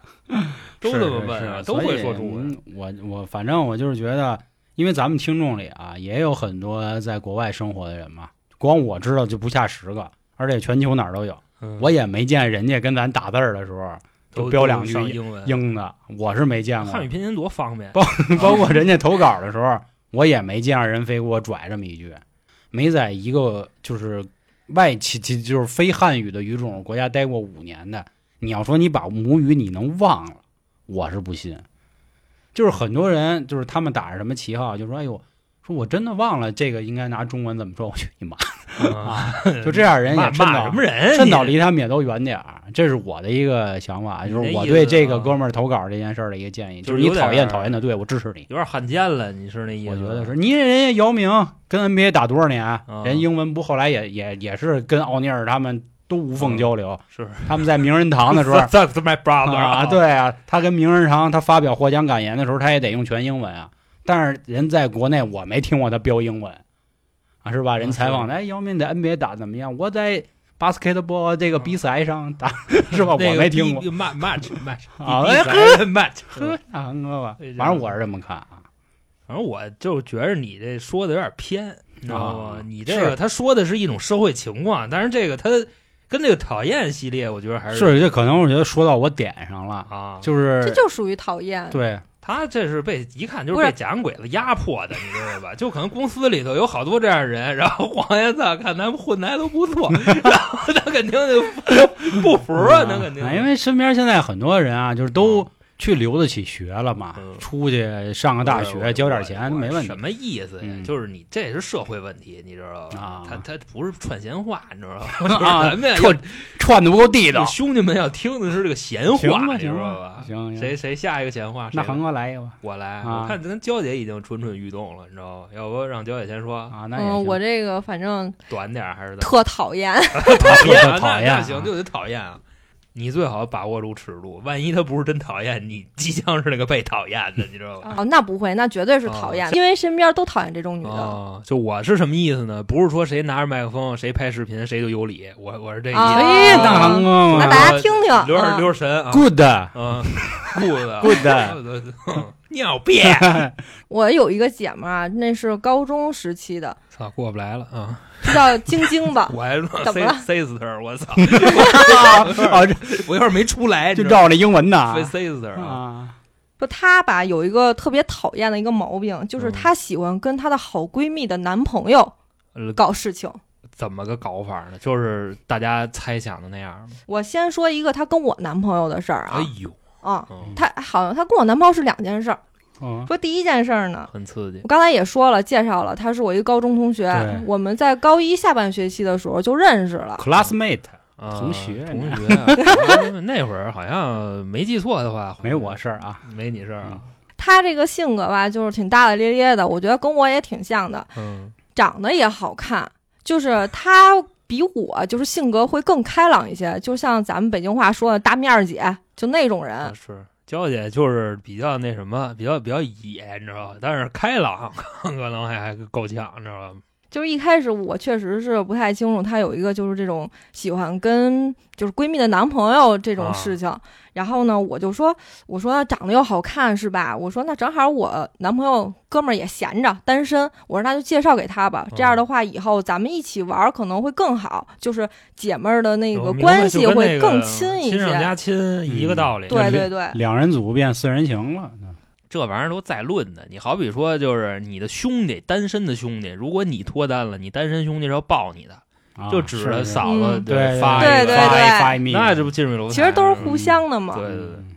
B: 都
A: 是
B: 这么
A: 是
B: 问
A: 是
B: 啊，都
A: 所以
B: 会说中文。
A: 嗯我我反正我就是觉得，因为咱们听众里啊，也有很多在国外生活的人嘛，光我知道就不下十个，而且全球哪儿都有。
B: 嗯
A: 我也没见人家跟咱打字儿的时候就
B: 都
A: 标两
B: 都
A: 句
B: 上英文，
A: 英的，我是没见过。
B: 汉语拼音多方便。
A: 包 包括人家投稿的时候，我也没见着人非给我拽这么一句，没在一个就是外其其就是非汉语的语种国家待过五年的，你要说你把母语你能忘了，我是不信。就是很多人就是他们打着什么旗号，就说哎呦，说我真的忘了这个应该拿中文怎么说，我去你妈
B: 啊，
A: 啊！ 就这样人也
B: 骂
A: 趁
B: 骂
A: 早
B: 什么人？啊
A: 趁早
B: 你
A: 离他们也都远点儿，这是我的一个想法，
B: 你
A: 就
B: 那
A: 是我
B: 意
A: 对
B: 思
A: 这个
B: 啊
A: 哥们儿投稿这件事儿的一个建议，
B: 就
A: 就是
B: 是
A: 你
B: 有点
A: 讨厌
B: 儿
A: 讨厌的对，我支持你。
B: 有点罕见了，你是那意思啊
A: 我
B: 吧？
A: 觉得是你人家姚明跟 NBA 打多少年，人英文不后来也也也是跟奥尼尔他们都无缝交流，
B: 是
A: 他们在名人堂 的时候
B: that's that's my brother
A: 啊，对啊，他跟名人堂他发表获奖感言的时候，他也得用全英文啊。但是人在国内我没听过他标英文啊，是吧？人采访他，哎，姚明在 NBA 打得怎么样？我在 basketball 这个比赛上打，是吧？我
B: 那个
A: 没听过。
B: 比。match match match
A: 啊
B: 比
A: 哎
B: 比赛 match
A: 呵，大韩哥吧
B: 对，
A: 啊反正我是哎这么看啊。
B: 反正我就觉得你这说的有点偏，你知道吗
A: 啊？
B: 你这个他说的是一种社会情况，但是这个他跟这个讨厌系列，我觉得还
A: 是，这可能我觉得说到我点上了，
B: 啊，
A: 就是
C: 这就属于讨厌。
A: 对，
B: 他这是被一看就
C: 不
B: 是
C: 是
B: 被假洋鬼子压迫的，你知道吧？就可能公司里头有好多这样的人，然后黄爷子看咱们混的还都不错，然后他肯定就不不服啊，
A: 嗯
B: 那肯定。
A: 因为身边现在很多人啊，就是都去留得起学了嘛，
B: 嗯
A: 出去上个大学，交点钱没问题
B: 什。么意思呀
A: 嗯？
B: 就是你这是社会问题，你知道
A: 啊
B: 吧？他他不是串闲话，你知 道吧？就是咱们
A: 串串的不够地
B: 要
A: 道，
B: 兄弟们要听的是这个闲
A: 行
B: 话，
A: 吧
B: 你知
A: 行
B: 道
A: 吧
B: 吧？
A: 行行，
B: 谁谁下一个闲话？
A: 那
B: 谁来
A: 韩哥来一个吧
B: 我来，
A: 啊
B: 我看咱娇姐已经蠢蠢欲动了，你知道吧？要不让娇姐先说，
A: 啊，那也
C: 嗯，
A: 行
C: 我这个反正
B: 短点儿还是怎么
C: 特讨厌，
B: 讨厌啊，
A: 讨
B: 那
A: 厌啊
B: 那行就得讨厌啊。你最好把握住尺度，万一他不是真讨厌你，即将是那个被讨厌的，你知道吧？
C: 哦，那不会，那绝对是
A: 啊
C: 讨厌，
B: 哦
C: 因为身边都讨厌这 种女的。
B: 哦，就我是什么意思呢？不是说谁拿着麦克风谁拍视频谁就有理，我我是这意思。
C: 啊
A: 哎，大韩哥
C: 那
A: 嘛
C: 大家听听，
B: 留着
C: 啊
B: 留着神啊，
A: ，good
B: 嗯，裤子
A: good，
B: 尿 憋，
C: 我有一个姐们儿啊，那是高中时期的，
B: 操，过不来了啊！，
C: 就叫晶晶吧
B: 我还
C: 啊怎么了
B: C sister，我操，
A: 啊，这
B: 我有点没出来，
A: 就
B: 你知道
A: 照着英文呢
B: 吗 C sister 哎啊，
A: 啊，
C: 就她吧有一个特别讨厌的一个毛病，
A: 嗯
C: 就是她喜欢跟她的好闺蜜的男朋友
B: 呃
C: 搞事情。
B: 怎么个搞法呢？就是大家猜想的那样吗？
C: 我先说一个她跟我男朋友的事儿啊
B: 哎，呦，
C: 啊，
B: 嗯
C: 她好像她跟我男朋友是两件事儿。
A: 嗯，
C: 说第一件事儿呢，
B: 很刺激
C: 我刚才也说了，介绍了，她是我一个高中同学
A: 对，
C: 我们在高一下半学期的时候就认识了。
A: classmate
B: 啊
A: 同学
B: 同 学啊，那会儿好像没记错的话，
A: 没我事儿啊。
B: 没你事儿啊，
C: 他这个性格吧，就是挺大大咧咧的，我觉得跟我也挺像的，
B: 嗯
C: 长得也好看，就是他比我就是性格会更开朗一些，就像咱们北京话说的大面儿姐，就那种人。
B: 嗯是。娇姐就是比较那什么，比较比较野，你知道吧？但是开朗， 可能还还够呛，你知道吧？
C: 就是一开始我确实是不太清楚，她有一个就是这种喜欢跟就是闺蜜的男朋友这种事
B: 啊
C: 情。然后呢，我就说，我说长得又好看是吧？我说那正好我男朋友哥们儿也闲着，单身，我说那就介绍给他吧。这样的
B: 嗯
C: 话，以后咱们一起玩儿可能会更好，就是姐妹儿的那个
B: 我明白
C: 关系
B: 就跟那
C: 会
B: 个
C: 更亲一些。嗯
B: 亲上加亲一个道理。
C: 对对对，
A: 两人组变四人行了，
B: 这玩意儿都再论的。你好比说，就是你的兄弟，单身的兄弟，如果你脱单了，你单身兄弟是要抱你的，
A: 啊
B: 就指着
A: 是
B: 嫂子
C: 嗯
A: 对
B: 发
C: 对
B: 一
C: 对
B: 个
A: 发一
B: 发
C: 对
A: 发一
B: 一
A: 密，
B: 个，那这不进入楼台嗯
C: 其实都是
B: 吗
C: 互相的嘛。
B: 对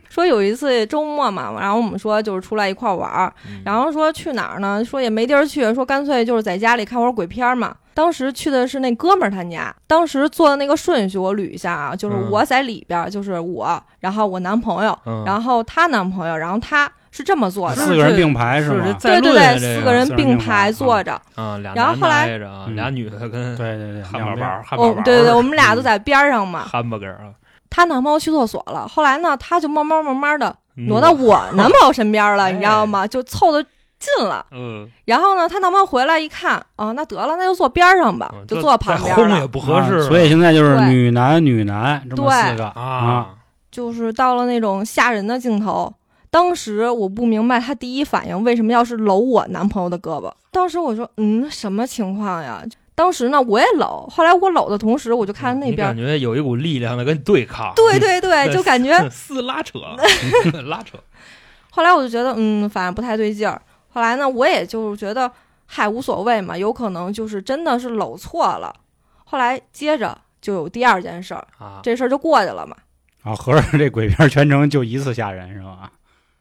C: 说有一次周末嘛，然后我们说就是出来一块儿玩儿，
B: 嗯
C: 然后说去哪儿呢？说也没地儿去，说干脆就是在家里看会儿鬼片儿嘛。当时去的是那哥们儿他家，当时坐的那个顺序我捋一下啊，就是
B: 嗯
C: 我在里边儿，就是我，然后我男朋友，
B: 嗯
C: 然后她男朋友，然后她是这么坐的，
A: 嗯四个人并排
B: 是这
A: 吗？
B: 再
C: 对对
B: 论啊
C: 对，
B: 这
C: 四个人
A: 四个人并
C: 并
A: 排
C: 排坐着，
B: 啊，俩
C: 然后
B: 男
C: 后
B: 的
C: 来
B: 挨着啊，
A: 嗯
B: 俩女的跟
A: 对对对，
B: 汉堡
A: 两边
B: 包、汉堡
C: 哦
B: 包，，
C: 对对对，我们俩都在边儿上嘛。
B: 汉堡根啊，
C: 她男朋友去厕所了，后来呢，她就慢慢慢慢的
B: 嗯
C: 挪到我男朋友身边儿了，你知道吗？就凑的近了。
B: 嗯，
C: 然后呢，她男朋友回来一看，啊，那得了，那就坐边儿上吧，
B: 嗯
C: 就
B: 这
C: 坐旁
B: 再
C: 边
B: 轰
C: 了
B: 也。不合适
A: 啊
B: 了，
A: 所以现在就是
C: 对
A: 女男女男这么
C: 对
A: 四个啊，
B: 啊，
C: 就是到了那种吓人的镜头，当时我不明白她第一反应为什么要是搂我男朋友的胳膊。当时我说，嗯，什么情况呀？当时呢，我也搂，后来我搂的同时，我就 看
B: 嗯你
C: 那边儿
B: 感，觉有一股力量在跟你对抗，
C: 对对对，
B: 对
C: 就感觉，
B: 撕拉扯， 拉 扯，
C: 后来我就觉得，嗯，反正不太对劲儿。后来呢，我也就是觉得，嗨，无所谓嘛，有可能就是真的是搂错了。后来接着就有第二件事儿，
B: 啊，
C: 这事儿就过去了嘛。
A: 啊，合着这鬼片全程就一次吓人是 吧？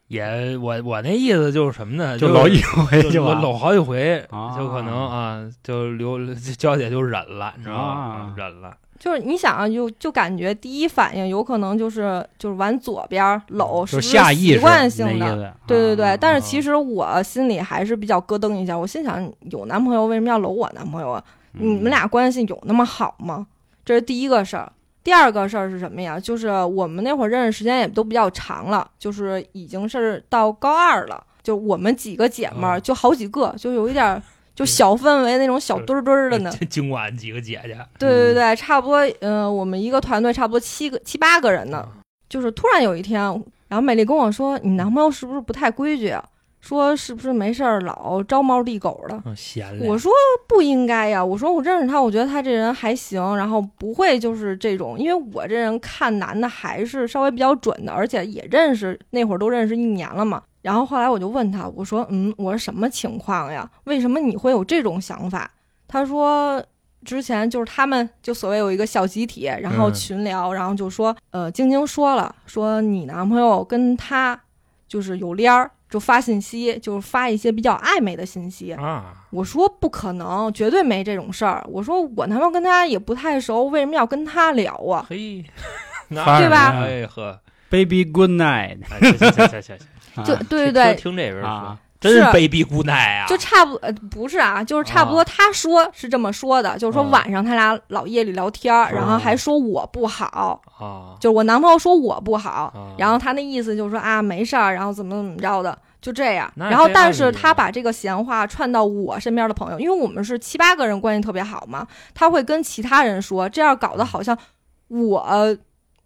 B: 也我我那意思就是什么呢？
A: 就是搂一回就
B: 我
A: 完了
B: 搂好几回，
A: 啊
B: 就可能啊，就留娇姐就忍了，你知道吗
A: 啊？
B: 忍了，
C: 就是你想啊，就就感觉第一反应有可能就是就是往左边儿搂，
A: 嗯就
C: 是不
A: 是
C: 是
A: 下意
C: 习
A: 识
C: 惯
A: 那
C: 性
A: 意
C: 的。
A: 思
C: 对对对，
A: 啊
C: 但是其实我心里还是比较咯噔一下，我心想有男朋友为什么要搂我男朋友啊？
A: 嗯
C: 你们俩关系有那么好吗？这是第一个事儿。第二个事儿是什么呀？就是我们那会儿认识时间也都比较长了，就是已经是到高二了，就我们几个姐们儿
A: 啊
B: 嗯
C: 就好几个，就有一点儿就小氛围那种小堆儿堆儿 的呢。
B: 今晚几个姐姐，
C: 对对对，差不多，嗯、我们一个团队差不多七个七八个人呢。就是突然有一天，然后美丽跟我说：“你男朋友是不是不太规矩啊？说是不是没事儿老招猫递狗的
B: 嗯，闲？”
C: 我
B: 了，
C: 说：“不应该呀，我说我认识他，我觉得他这人还行，然后不会就是这种，因为我这人看男的还是稍微比较准的，而且也认识那会儿都认识一年了嘛。”然后后来我就问他，我说：“嗯，我说什么情况呀？为什么你会有这种想法？”他说：“之前就是他们就所谓有一个小集体，然后
B: 嗯
C: 群聊，然后就说，呃，晶晶说了，说你男朋友跟他就是有联儿，就发信息，就是发一些比较暧昧的信息。
B: 啊，
C: 我说不可能，绝对没这种事儿。我说我男朋友跟他也不太熟，为什么要跟他聊啊？
B: 嘿，
A: 反
B: 那
A: 而
C: 对吧
A: 呢
B: 哎呵，
A: ？Baby Good Night，
B: 哎行行行行行行
A: 啊
C: 就 对对对，
B: 听听这边说
A: 啊，，
B: 真是
C: 是
B: baby 无奈啊，
C: 就差不呃不是啊，就是差不多。
B: 啊
C: 他说是这么说的，就是说
B: 啊
C: 晚上他俩老夜里聊天儿，然后
B: 啊
C: 还说我不好，
B: 啊，
C: 就是我男朋友说我不好，
B: 啊
C: 然后他那意思就是说啊没事儿，然后怎么怎么着的，就这样。
B: 那
C: 然后
B: 这样
C: 但是
B: 你
C: 他把这个闲话串到我身边的朋友，因为我们是七八个人关系特别好嘛，他会跟其他人说，这样搞得好像我呃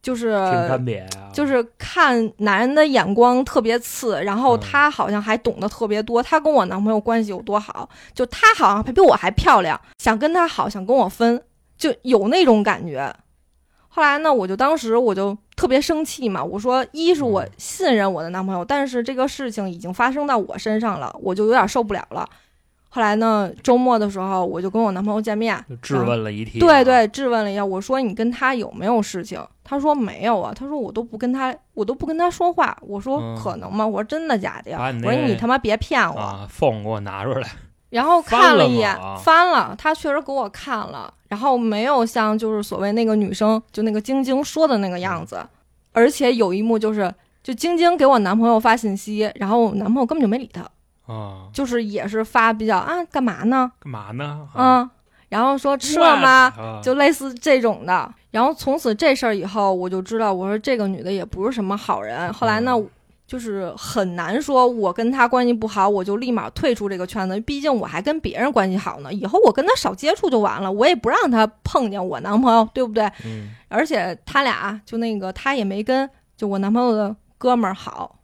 C: 就是
B: 挺干瘪啊，
C: 就是看男人的眼光特别次，然后
B: 嗯
C: 他好像还懂得特别多，他跟我男朋友关系有多好，就他好像比我还漂亮，想跟他好，想跟我分，就有那种感觉。后来呢，我就当时我就特别生气嘛，我说一是我
B: 嗯
C: 信任我的男朋友，但是这个事情已经发生到我身上了，我就有点受不了了。后来呢，周末的时候我就跟我男朋友见面，
B: 就质问了一啊题，
C: 对对，质问了一下，我说你跟他有没有事情？他说没有啊，他说我都不跟他，我都不跟他说话。我说
B: 嗯
C: 可能吗？我说真的假的呀？
B: 把你
C: 我说
B: 那
C: 你他妈别骗我。
B: 啊，缝给我拿出来，
C: 然后
B: 翻
C: 看
B: 了
C: 一眼
B: 吗，
C: 翻了，他确实给我看了，然后没有像就是所谓那个女生就那个晶晶说的那个样
B: 嗯
C: 子，而且有一幕就是，就晶晶给我男朋友发信息，然后我男朋友根本就没理她，
B: 啊，
C: 就是也是发比较啊干嘛呢，
B: 干嘛呢？啊，
C: 嗯，然后说吃了吗？
B: 啊
C: 就类似这种的。然后从此这事儿以后，我就知道，我说这个女的也不是什么好人。后来呢，
B: 嗯
C: 就是很难说，我跟她关系不好，我就立马退出这个圈子。毕竟我还跟别人关系好呢，以后我跟她少接触就完了，我也不让她碰见我男朋友，对不对？
B: 嗯
C: 而且他俩就那个，她也没跟就我男朋友的哥们儿好。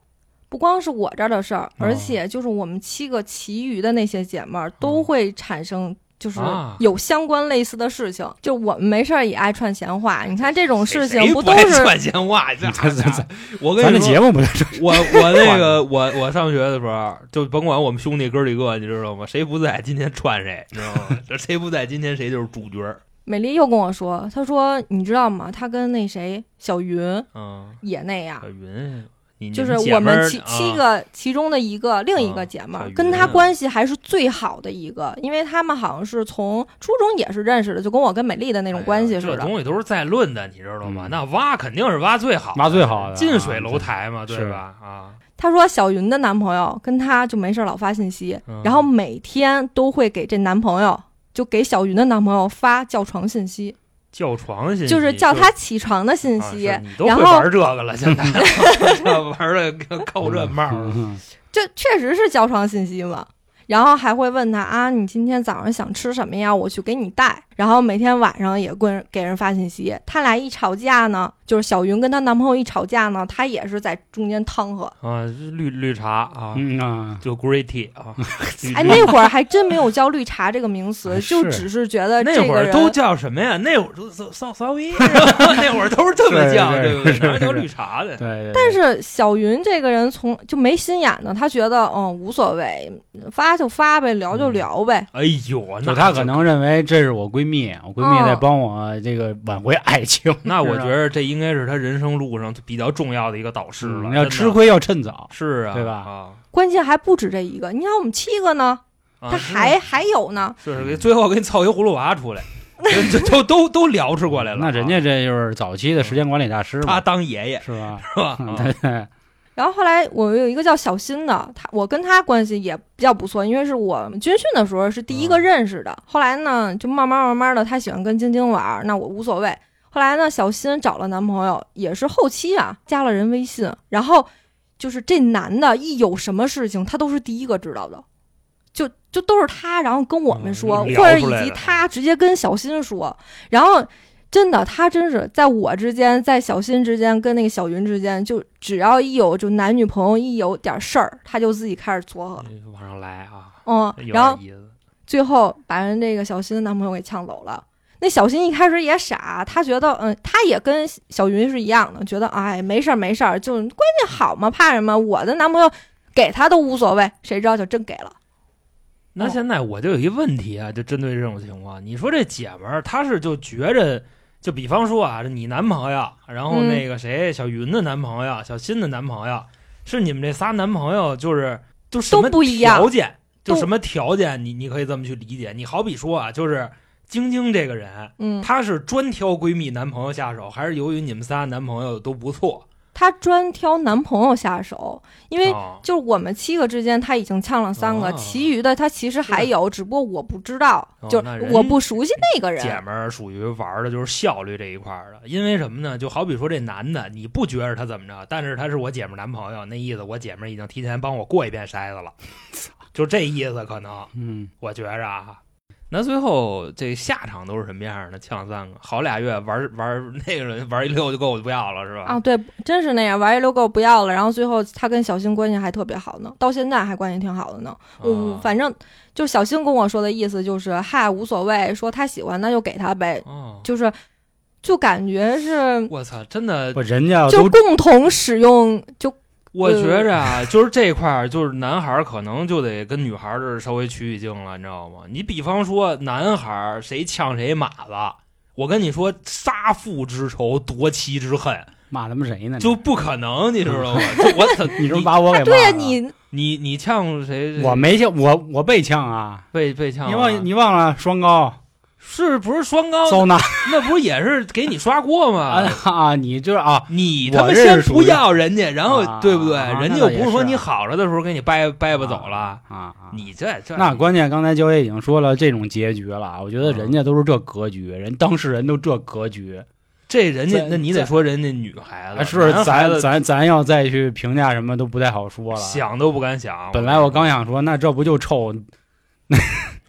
C: 不光是我这儿的事
B: 哦
C: 儿，而且就是我们七个其余的那些姐妹儿都会产生，就是
B: 嗯啊
C: 有相关类似的事情。就我们没事儿也爱串闲话，你看这种事
B: 哎谁
C: 情
B: 不
C: 都
B: 爱
C: 是
B: 串闲 话？这
A: 咱咱咱
B: 我跟
A: 咱
B: 你
A: 这
B: 说，
A: 节目不就这？
B: 我我那个我我上学的时候，就甭管我们兄弟哥几个，你知道吗？谁不在今天串谁，你知道吗？ 这谁不在今天谁就是主角儿。
C: 美丽又跟我说，她说你知道吗？她跟那谁小云
B: 嗯，
C: 也那样
B: 小，云，你
C: 啊就
B: 你
C: 是
B: 们姐
C: 我
B: 妹
C: 们
B: 儿
C: 七
B: 啊
C: 七个其中的一个另一个姐妹
B: 啊小
C: 儿，
B: 云
C: 跟她
B: 啊
C: 关系还是最好的一个，因为他们好像是从初中也是认识的，就跟我跟美丽的那种关系似
B: 哎呀这
C: 的。
B: 东西都是在论的，你知道吗？
A: 嗯
B: 那挖肯定是挖最好，
A: 挖最好的
B: 近水楼
A: 啊
B: 台嘛，
A: 是
B: 对吧？啊，
C: 她说小云的男朋友跟她就没事儿老发信息，
B: 嗯
C: 然后每天都会给这男朋友。就给小云的男朋友发叫床信息，
B: 叫床信息啊
C: 就是叫他起床的信息，
B: 啊是你都
C: 然
B: 会
C: 后
B: 玩这个了， 现在玩的够热闹啊了。
A: 嗯
C: 这确实是叫床信息嘛。然后还会问他啊，你今天早上想吃什么呀？我去给你带。然后每天晚上也跟给人发信息。他俩一吵架呢，就是小云跟她男朋友一吵架呢，她也是在中间趟和。
B: 啊，绿绿茶啊，
A: 嗯啊，
B: 就 green tea 啊，绿
C: 哎，
B: 绿
C: 那会儿还真没有叫“绿茶”这个名词，
A: 哎
C: 就是只是觉得
B: 那
C: 这
B: 会
C: 个
B: 儿都
C: 人
B: 叫什么呀？那会儿都骚骚骚逼， 那会儿都是这么叫，
A: 对
B: 对
A: 对
B: 不对？
A: 是
B: 哪叫
A: 是
B: 绿茶的？
A: 对，
C: 但
A: 是
C: 是小云这个人从就没心眼呢，她觉得嗯无所谓，发就发呗，聊就
B: 嗯
C: 聊呗。
B: 哎呦，那
A: 就她可能认为这是我闺蜜，我闺蜜
C: 哦
A: 在帮我这个挽回爱情。
B: 那我
A: 是吧
B: 觉得这应该是啊他人生路上比较重要的一个导师了。
A: 嗯
B: 真
A: 要
B: 的
A: 吃亏要趁早，
B: 是啊，
A: 对吧
B: 啊
C: 关键还不止这一个，你看我们七个呢，
B: 啊，
C: 她
B: 是
C: 还还有呢。
B: 是给最后给你凑一葫芦娃 出来，这这都都都聊出过来了。
A: 那人
B: 啊
A: 家这就是早期的时间管理大师
B: 他
A: 嘛，
B: 当爷爷
A: 是吧？
B: 是吧？啊
A: 对对，
C: 然后后来我有一个叫小新的，他我跟他关系也比较不错，因为是我们军训的时候是第一个认识的。后来呢，就慢慢慢慢的，他喜欢跟晶晶玩儿，那我无所谓。后来呢，小新找了男朋友，也是后期啊，加了人微信，然后就是这男的一有什么事情，他都是第一个知道的，就就都是他，然后跟我们说，
B: 嗯聊
C: 或者以
B: 出来
C: 及
B: 的
C: 他直接跟小新说，然后真的，他真是在我之间，在小新之间，跟那个小云之间，就只要一有就男女朋友一有点事儿，他就自己开始撮合，
B: 往上来啊，
C: 嗯
B: 有，
C: 然后
B: 点意思。
C: 最后把人这个小新的男朋友给呛走了。那小新一开始也傻，他觉得，嗯，他也跟小云是一样的，觉得，哎，没事儿没事儿，就关系好嘛，怕什么？我的男朋友给他都无所谓，谁知道就真给了。
B: 那现在我就有一问题啊，就针对这种情况，你说这姐们儿她是就觉着，就比方说啊，你男朋友，然后
C: 嗯
B: 那个谁，小云的男朋友，小新的男朋友，是你们这仨男朋友，就是就什么
C: 都不一样
B: 条件，就
C: 都
B: 什么条件，你你可以这么去理解。你好比说啊，就是晶晶这个人，
C: 嗯，
B: 她是专挑闺蜜男朋友下手，还是由于你们仨男朋友都不错？
C: 她专挑男朋友下手，因为
B: 啊
C: 就是我们七个之间，他已经呛了三个，
B: 哦
C: 其余的他其实还有，只不过我不知道，
B: 哦
C: 就
B: 那
C: 是
B: 人
C: 我不熟悉那个
B: 姐
C: 人。
B: 们儿属于玩的就是效率这一块儿的，因为什么呢？就好比说这男的，你不觉着他怎么着，但是他是我姐们儿男朋友，那意思我姐们儿已经提前帮我过一遍筛 子了，就这意思可能
A: 嗯，
B: 我觉着啊。那最后这下场都是什么样的？呛三个，好俩月玩玩那个人玩一溜就够不要了是吧？
C: 啊，对，真是那样，玩一溜够不要了。然后最后他跟小新关系还特别好呢，到现在还关系挺好的呢。嗯，
B: 啊
C: 反正就小新跟我说的意思就是，嗨，无所谓，说他喜欢那就给他呗，
B: 哦
C: 就是就感觉是
B: 我操，真的
A: 不，人家
C: 就
A: 啊都
C: 共同使用，就
B: 我觉着
A: 嗯
B: 啊，就是这块儿，就是男孩儿可能就得跟女孩儿这儿稍微取取经了，你知道吗？你比方说男孩儿谁呛谁马子，我跟你说，杀父之仇，夺妻之恨，
A: 骂他们谁呢？
B: 就不可能，你知道吗？就我操，
A: 嗯 你是不是
B: 你
A: 把我给骂了？
C: 啊对呀，你
B: 你你呛谁？
A: 我没呛，我我被呛啊！
B: 被被呛了，
A: 你忘你忘了双高
B: 是不是双高？
A: 遭难
B: 那不是也是给你刷锅吗？
A: 啊！你就是啊，
B: 你
A: 我
B: 他妈
A: 这
B: 先
A: 是属
B: 不
A: 于
B: 要人家，然后、
A: 啊
B: 对不对？
A: 啊
B: 人家
A: 那
B: 又
A: 倒也
B: 不是说
A: 是
B: 你好了的时候给你掰掰吧走了，
A: 啊啊！
B: 你这这
A: 那关键，刚才焦爷已经说了这种结局了啊，我觉得人家都是这格局，人当事人都这格局，
B: 这人家
A: 在
B: 那你得说人家女孩子
A: 啊是
B: 男孩
A: 咱
B: 子
A: 咱咱要再去评价什么都不太好说了。
B: 想都不敢想。
A: 本来我刚想说，那这不就臭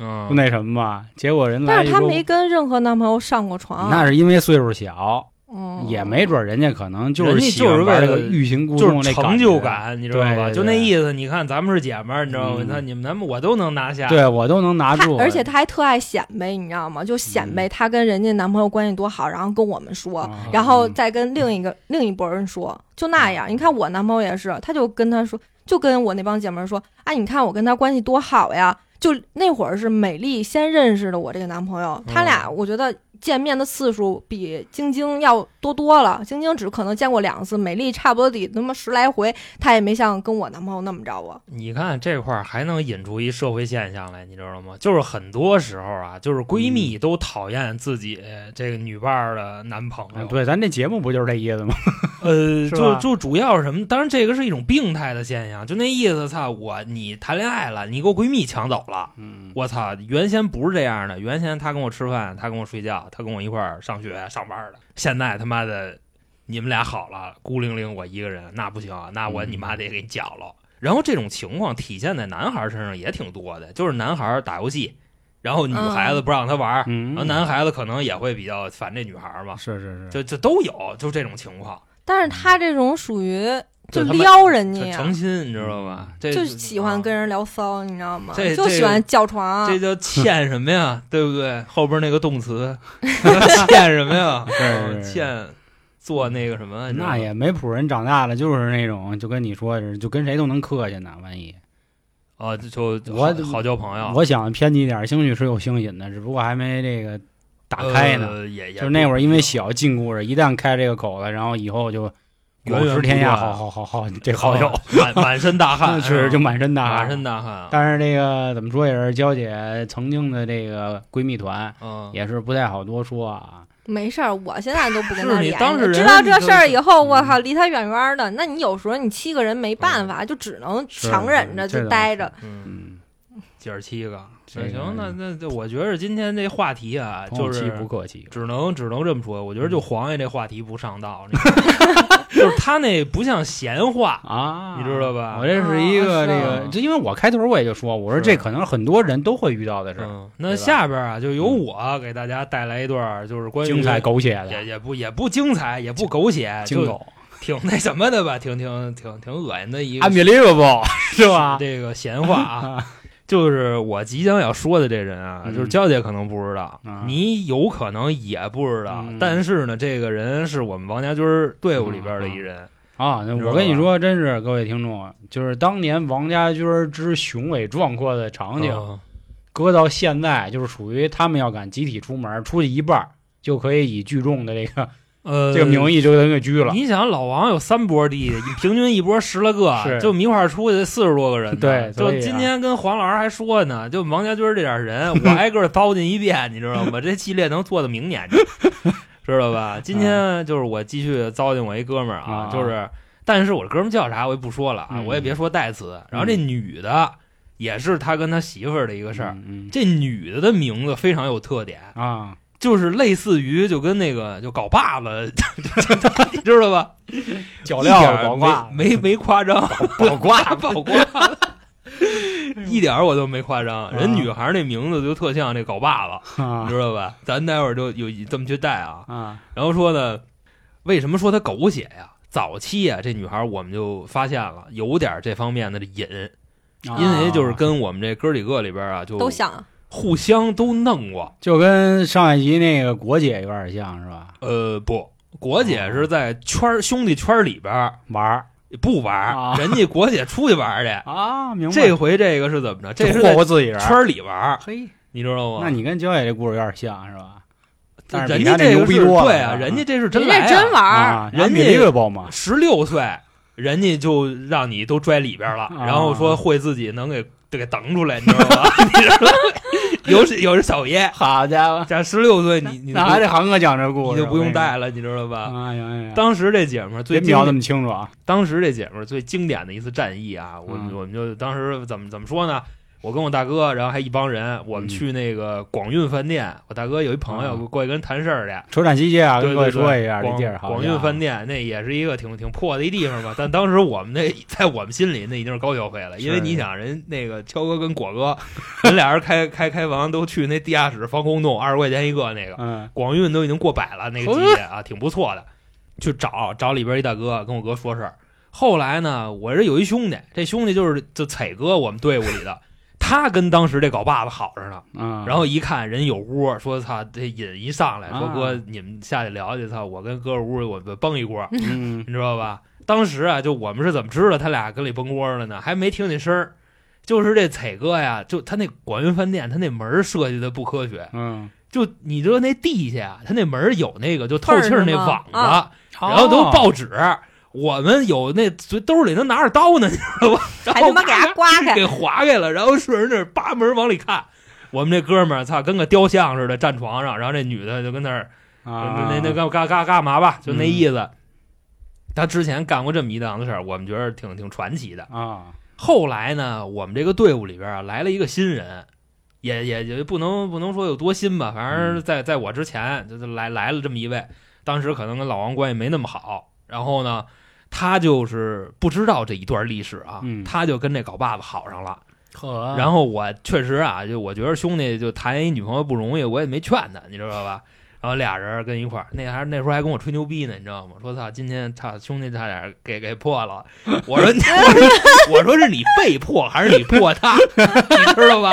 B: 嗯，
A: 那什么吗？结果人来
C: 但
A: 一
C: 是他
A: 说，
C: 没跟任何男朋友上过床，啊
A: 那是因为岁数小，
C: 嗯
A: 也没准人家可能就
B: 人
A: 是
B: 家
A: 喜
B: 就是
A: 欢玩
B: 为
A: 这个
B: 了
A: 欲擒故
B: 就
A: 纵
B: 是
A: 那
B: 成就
A: 觉。
B: 感，你知道吧？
A: 对对
B: 就那
A: 对
B: 意思。你看咱们是姐们儿，你知道吗？
A: 嗯
B: 那你们咱们我都能拿下。
A: 对我都能拿
C: 他
A: 住，啊嗯
C: 而且他还特爱显摆，你知道吗？就显摆他跟人家男朋友关系多好，然后跟我们说，
A: 啊
C: 然后再跟另一个另一拨人说，就那
B: 嗯
C: 样。你看我男朋友也是，他就跟他说，就跟我那帮姐们儿说，哎，你看我跟他关系多好呀。就那会儿是美丽先认识的我这个男
B: 嗯
C: 朋友，他俩我觉得见面的次数比晶晶要多多了。晶晶只可能见过两次，美丽差不多得他妈十来回，她也没像跟我男朋友那么着啊。
B: 你看这块儿还能引出一社会现象来，你知道吗？就是很多时候啊，就是闺
A: 嗯
B: 蜜都讨厌自己这个女伴儿的男朋友。
A: 嗯对，咱这节目不就是这意思吗？
B: 呃，
A: 是
B: 就
A: 吧
B: 就主要是什么？当然，这个是一种病态的现象，就那意思，操我你谈恋爱了，你给我闺蜜抢走了，
A: 嗯，
B: 我操！原先不是这样的，原先她跟我吃饭，她跟我睡觉，她跟我一块儿上学上班的，现在他妈的你们俩好了，孤零零我一个人，那不行，啊那我
A: 嗯
B: 你妈得给你搅了。然后这种情况体现在男孩身上也挺多的，就是男孩打游戏，然后女孩子不让他玩儿，
A: 嗯
B: 然后男孩子可能也会比较烦这女孩嘛，
A: 是是是，
B: 就就都有，就这种情况。
C: 但是他这种属于就
B: 就他妈
C: 撩人家
B: 嗯很
C: 呀，
B: 诚心，你知道吧？这
C: 就喜欢跟人聊骚，你知道吗？
B: 这
C: 就喜欢叫床啊。
B: 这叫欠什么呀？对不对？后边那个动词欠什么呀？
A: 是是是
B: 欠做那个什么？你知道吗
A: 那也没谱，人长大了就是那种，就跟你说的是，就跟谁都能客气呢。万一
B: 啊，就就
A: 我
B: 好好交朋友。
A: 我想偏激一点，兴许是有新瘾的，只不过还没这个打开呢。
B: 呃也也
A: 就是那会儿因为小禁锢着，一旦开这个口子，然后以后就
B: 源
A: 广
B: 源
A: 知
B: 不
A: 天下，
B: 断
A: 好好好好，这
B: 不
A: 好友，
B: 啊满满身大汗，
A: 确 实就满身大
B: 满
A: 汗。
B: 身大汗。啊
A: 但是这个怎么说也是娇姐曾经的这个闺蜜团，
B: 嗯，
A: 也是不太好多说啊。
C: 没事儿，我现在都不跟
B: 是
C: 他
B: 你
C: 联
B: 当事
C: 系。
B: 人
C: 知道这事儿以后，
A: 嗯
C: 我靠，离他远远的。那你有时候你七个人没办法，就只能强忍着
A: 是是
C: 就待着。
B: 嗯，
A: 嗯，
B: 姐儿七个，
A: 这
B: 那
A: 个
B: 行，那那那我觉得今天这话题啊，
A: 朋友
B: 就是
A: 妻不嗯客气。
B: 只能只能这么说，我觉得就黄爷这话题不上道，你知道 吗就是他那不像闲话，
A: 啊，
B: 你知道吧
A: 我这是一个
C: 啊
A: 这
B: 是
A: 个，就因为我开头我也就说，我说
B: 是
A: 这可能很多人都会遇到的事儿，
B: 嗯，那
A: 对吧嗯
B: 下边啊就由我给大家带来一段，就是关于
A: 精彩狗血
B: 嗯也
A: 的，
B: 也不也不精彩，也不狗血，
A: 精
B: 就
A: 狗
B: 挺那什么的吧，挺挺挺挺恶心的一个
A: ，unbelievable 是吧？
B: 这个闲 话啊。就是我即将要说的这人啊，
A: 嗯
B: 就是娇姐可能不知道，
A: 啊
B: 你有可能也不知道，
A: 嗯
B: 但是呢，这个人是我们王家军儿队伍里边的一人，
A: 啊，那
B: 你知道
A: 我跟你
B: 吧
A: 说，真是各位听众，啊就是当年王家军儿之雄伟壮阔的场啊景，
B: 嗯
A: 搁到现在，就是属于他们要敢集体出门，出去一半儿就可以以聚众的这个
B: 呃，
A: 这个名义就给他们给拘了。
B: 你想老王有三波地，平均一波十来个，
A: 是
B: 就米块出去四十多个人呢。
A: 对所以
B: 就
A: 啊
B: 今天跟黄老师还说呢，就王家军这点人，我挨个儿糟践一遍，你知道吗？这系列能做到明年去，知道吧？今天就是我继续糟践我一哥们儿啊
A: 嗯啊，
B: 就是，但是我这哥们儿叫啥我也不说了啊，
A: 嗯
B: 我也别说代词。然后这女的也是他跟他媳妇儿的一个事儿，
A: 嗯，嗯
B: 这女的的名字非常有特点，
A: 啊，
B: 就是类似于就跟那个就搞爸 爸，你知道吧？
A: 脚
B: 一
A: 镣
B: 点儿
A: 保挂
B: 没 没没夸张，
A: 保 挂，
B: 爆瓜，一点儿我都没夸张。人女孩那名字就特像那镐把子，你
A: 啊
B: 知道吧？咱待会儿就有一这么去带啊。
A: 啊，
B: 然后说呢，为什么说她狗血呀？早期啊，这女孩我们就发现了有点这方面的瘾，
A: 啊
B: 因为就是跟我们这哥几个里边啊，就
C: 都想
B: 互相都弄过。
A: 就跟上一集那个国姐有点像是吧？
B: 呃，不，国
A: 啊
B: 姐是在圈儿兄弟圈儿里边儿
A: 玩儿
B: 不玩
A: 啊
B: 儿，人家国姐出去玩儿去。
A: 啊，明白？
B: 这回这个是怎么着？这
A: 就是霍
B: 在
A: 霍自己人。
B: 圈儿里玩儿，
A: 嘿，
B: 你知道吗？
A: 那你跟焦姐这故事有点像是吧？但是
B: 人
A: 比
B: 家
A: 他
B: 这
A: 牛
B: 个
A: 逼
B: 是
A: 多
B: 对
A: 了啊
B: 人家这是真
C: 人
B: 来、
C: 家
B: 啊，
C: 真玩儿，
A: 啊，
B: 人家
A: 比这个包 嘛，
B: 十六岁，人家就让你都拽里边了，
A: 啊
B: 然后说会自己能给给蹬出来，你知 道吧？你知道吗有有人小爷，
A: 好家伙，
B: 加十六岁，你你
A: 那还得韩哥讲这故事，
B: 你就不用
A: 带。
B: 带了，你知道吧？
A: 哎呀哎呀，
B: 当时这姐们儿最
A: 别
B: 经
A: 描那么清楚啊！
B: 当时这姐们儿最经典的一次战役啊，我、
A: 嗯
B: 我们就当时怎么怎么说呢？我跟我大哥，然后还一帮人，我们
A: 嗯
B: 去那个广运饭店。我大哥有一朋友
A: 嗯
B: 过去跟人谈事儿去，
A: 车展西街啊，
B: 对
A: 跟各位
B: 对对，
A: 说一下，这
B: 广
A: 地儿好家伙，
B: 广运饭店那也是一个挺挺破的一地方吧，但当时我们那在我们心里那已经是高消费了，因为
A: 是
B: 你想人那个超哥跟果哥， 人俩人开开开房都去那地下室防空洞，二十块钱一个那个，
A: 嗯，
B: 广运都已经过百了那个级别啊，挺不错的。去找找里边一大哥跟我哥说事儿，后来呢，我这有一兄弟，这兄弟就是就彩哥我们队伍里的，他跟当时这狗爸爸好着呢。
A: 嗯，
B: 然后一看人有屋，说操，这瘾一上来，说
A: 啊
B: 哥你们下去聊去，操，我跟哥屋我们崩一锅，
A: 嗯
B: 你知道吧？当时啊，就我们是怎么知道他俩跟里崩锅了呢？还没听见声儿，就是这彩哥呀，就他那广云饭店，他那门儿设计的不科学，
A: 嗯，
B: 就你知道那地下呀，他那门儿有那个就透气儿那网子，
C: 缝儿是吗啊
B: 然后都
A: 哦
B: 报纸。我们有那随兜里能拿着刀呢，你知道吧？然
C: 还
B: 后
C: 他妈给
B: 咔
C: 他
B: 咔
C: 刮开，
B: 给划开了，然后顺着那儿扒门往里看。我们这哥们儿，操，跟个雕像似的站床上，然后这女的就跟那儿，
A: 啊，
B: 那那干干干干嘛吧，就那
C: 嗯
B: 意思。他之前干过这么一档子事儿，我们觉得挺挺传奇的。
A: 啊，
B: 后来呢，我们这个队伍里边啊来了一个新人，也也也不能不能说有多新吧，反正在在我之前就是来来了这么一位，当时可能跟老王关系没那么好，然后呢，他就是不知道这一段历史啊，
A: 嗯
B: 他就跟这搞爸爸好上了。
A: 呵
B: 然后我确实啊，就我觉得兄弟就谈一女朋友不容易，我也没劝他，你知道吧？然后俩人跟一块儿，那还那时候还跟我吹牛逼呢，你知道吗？说操，今天差兄弟差点给给破了。我说， 我说，我说是你被迫还是你破他？ 你知道吧？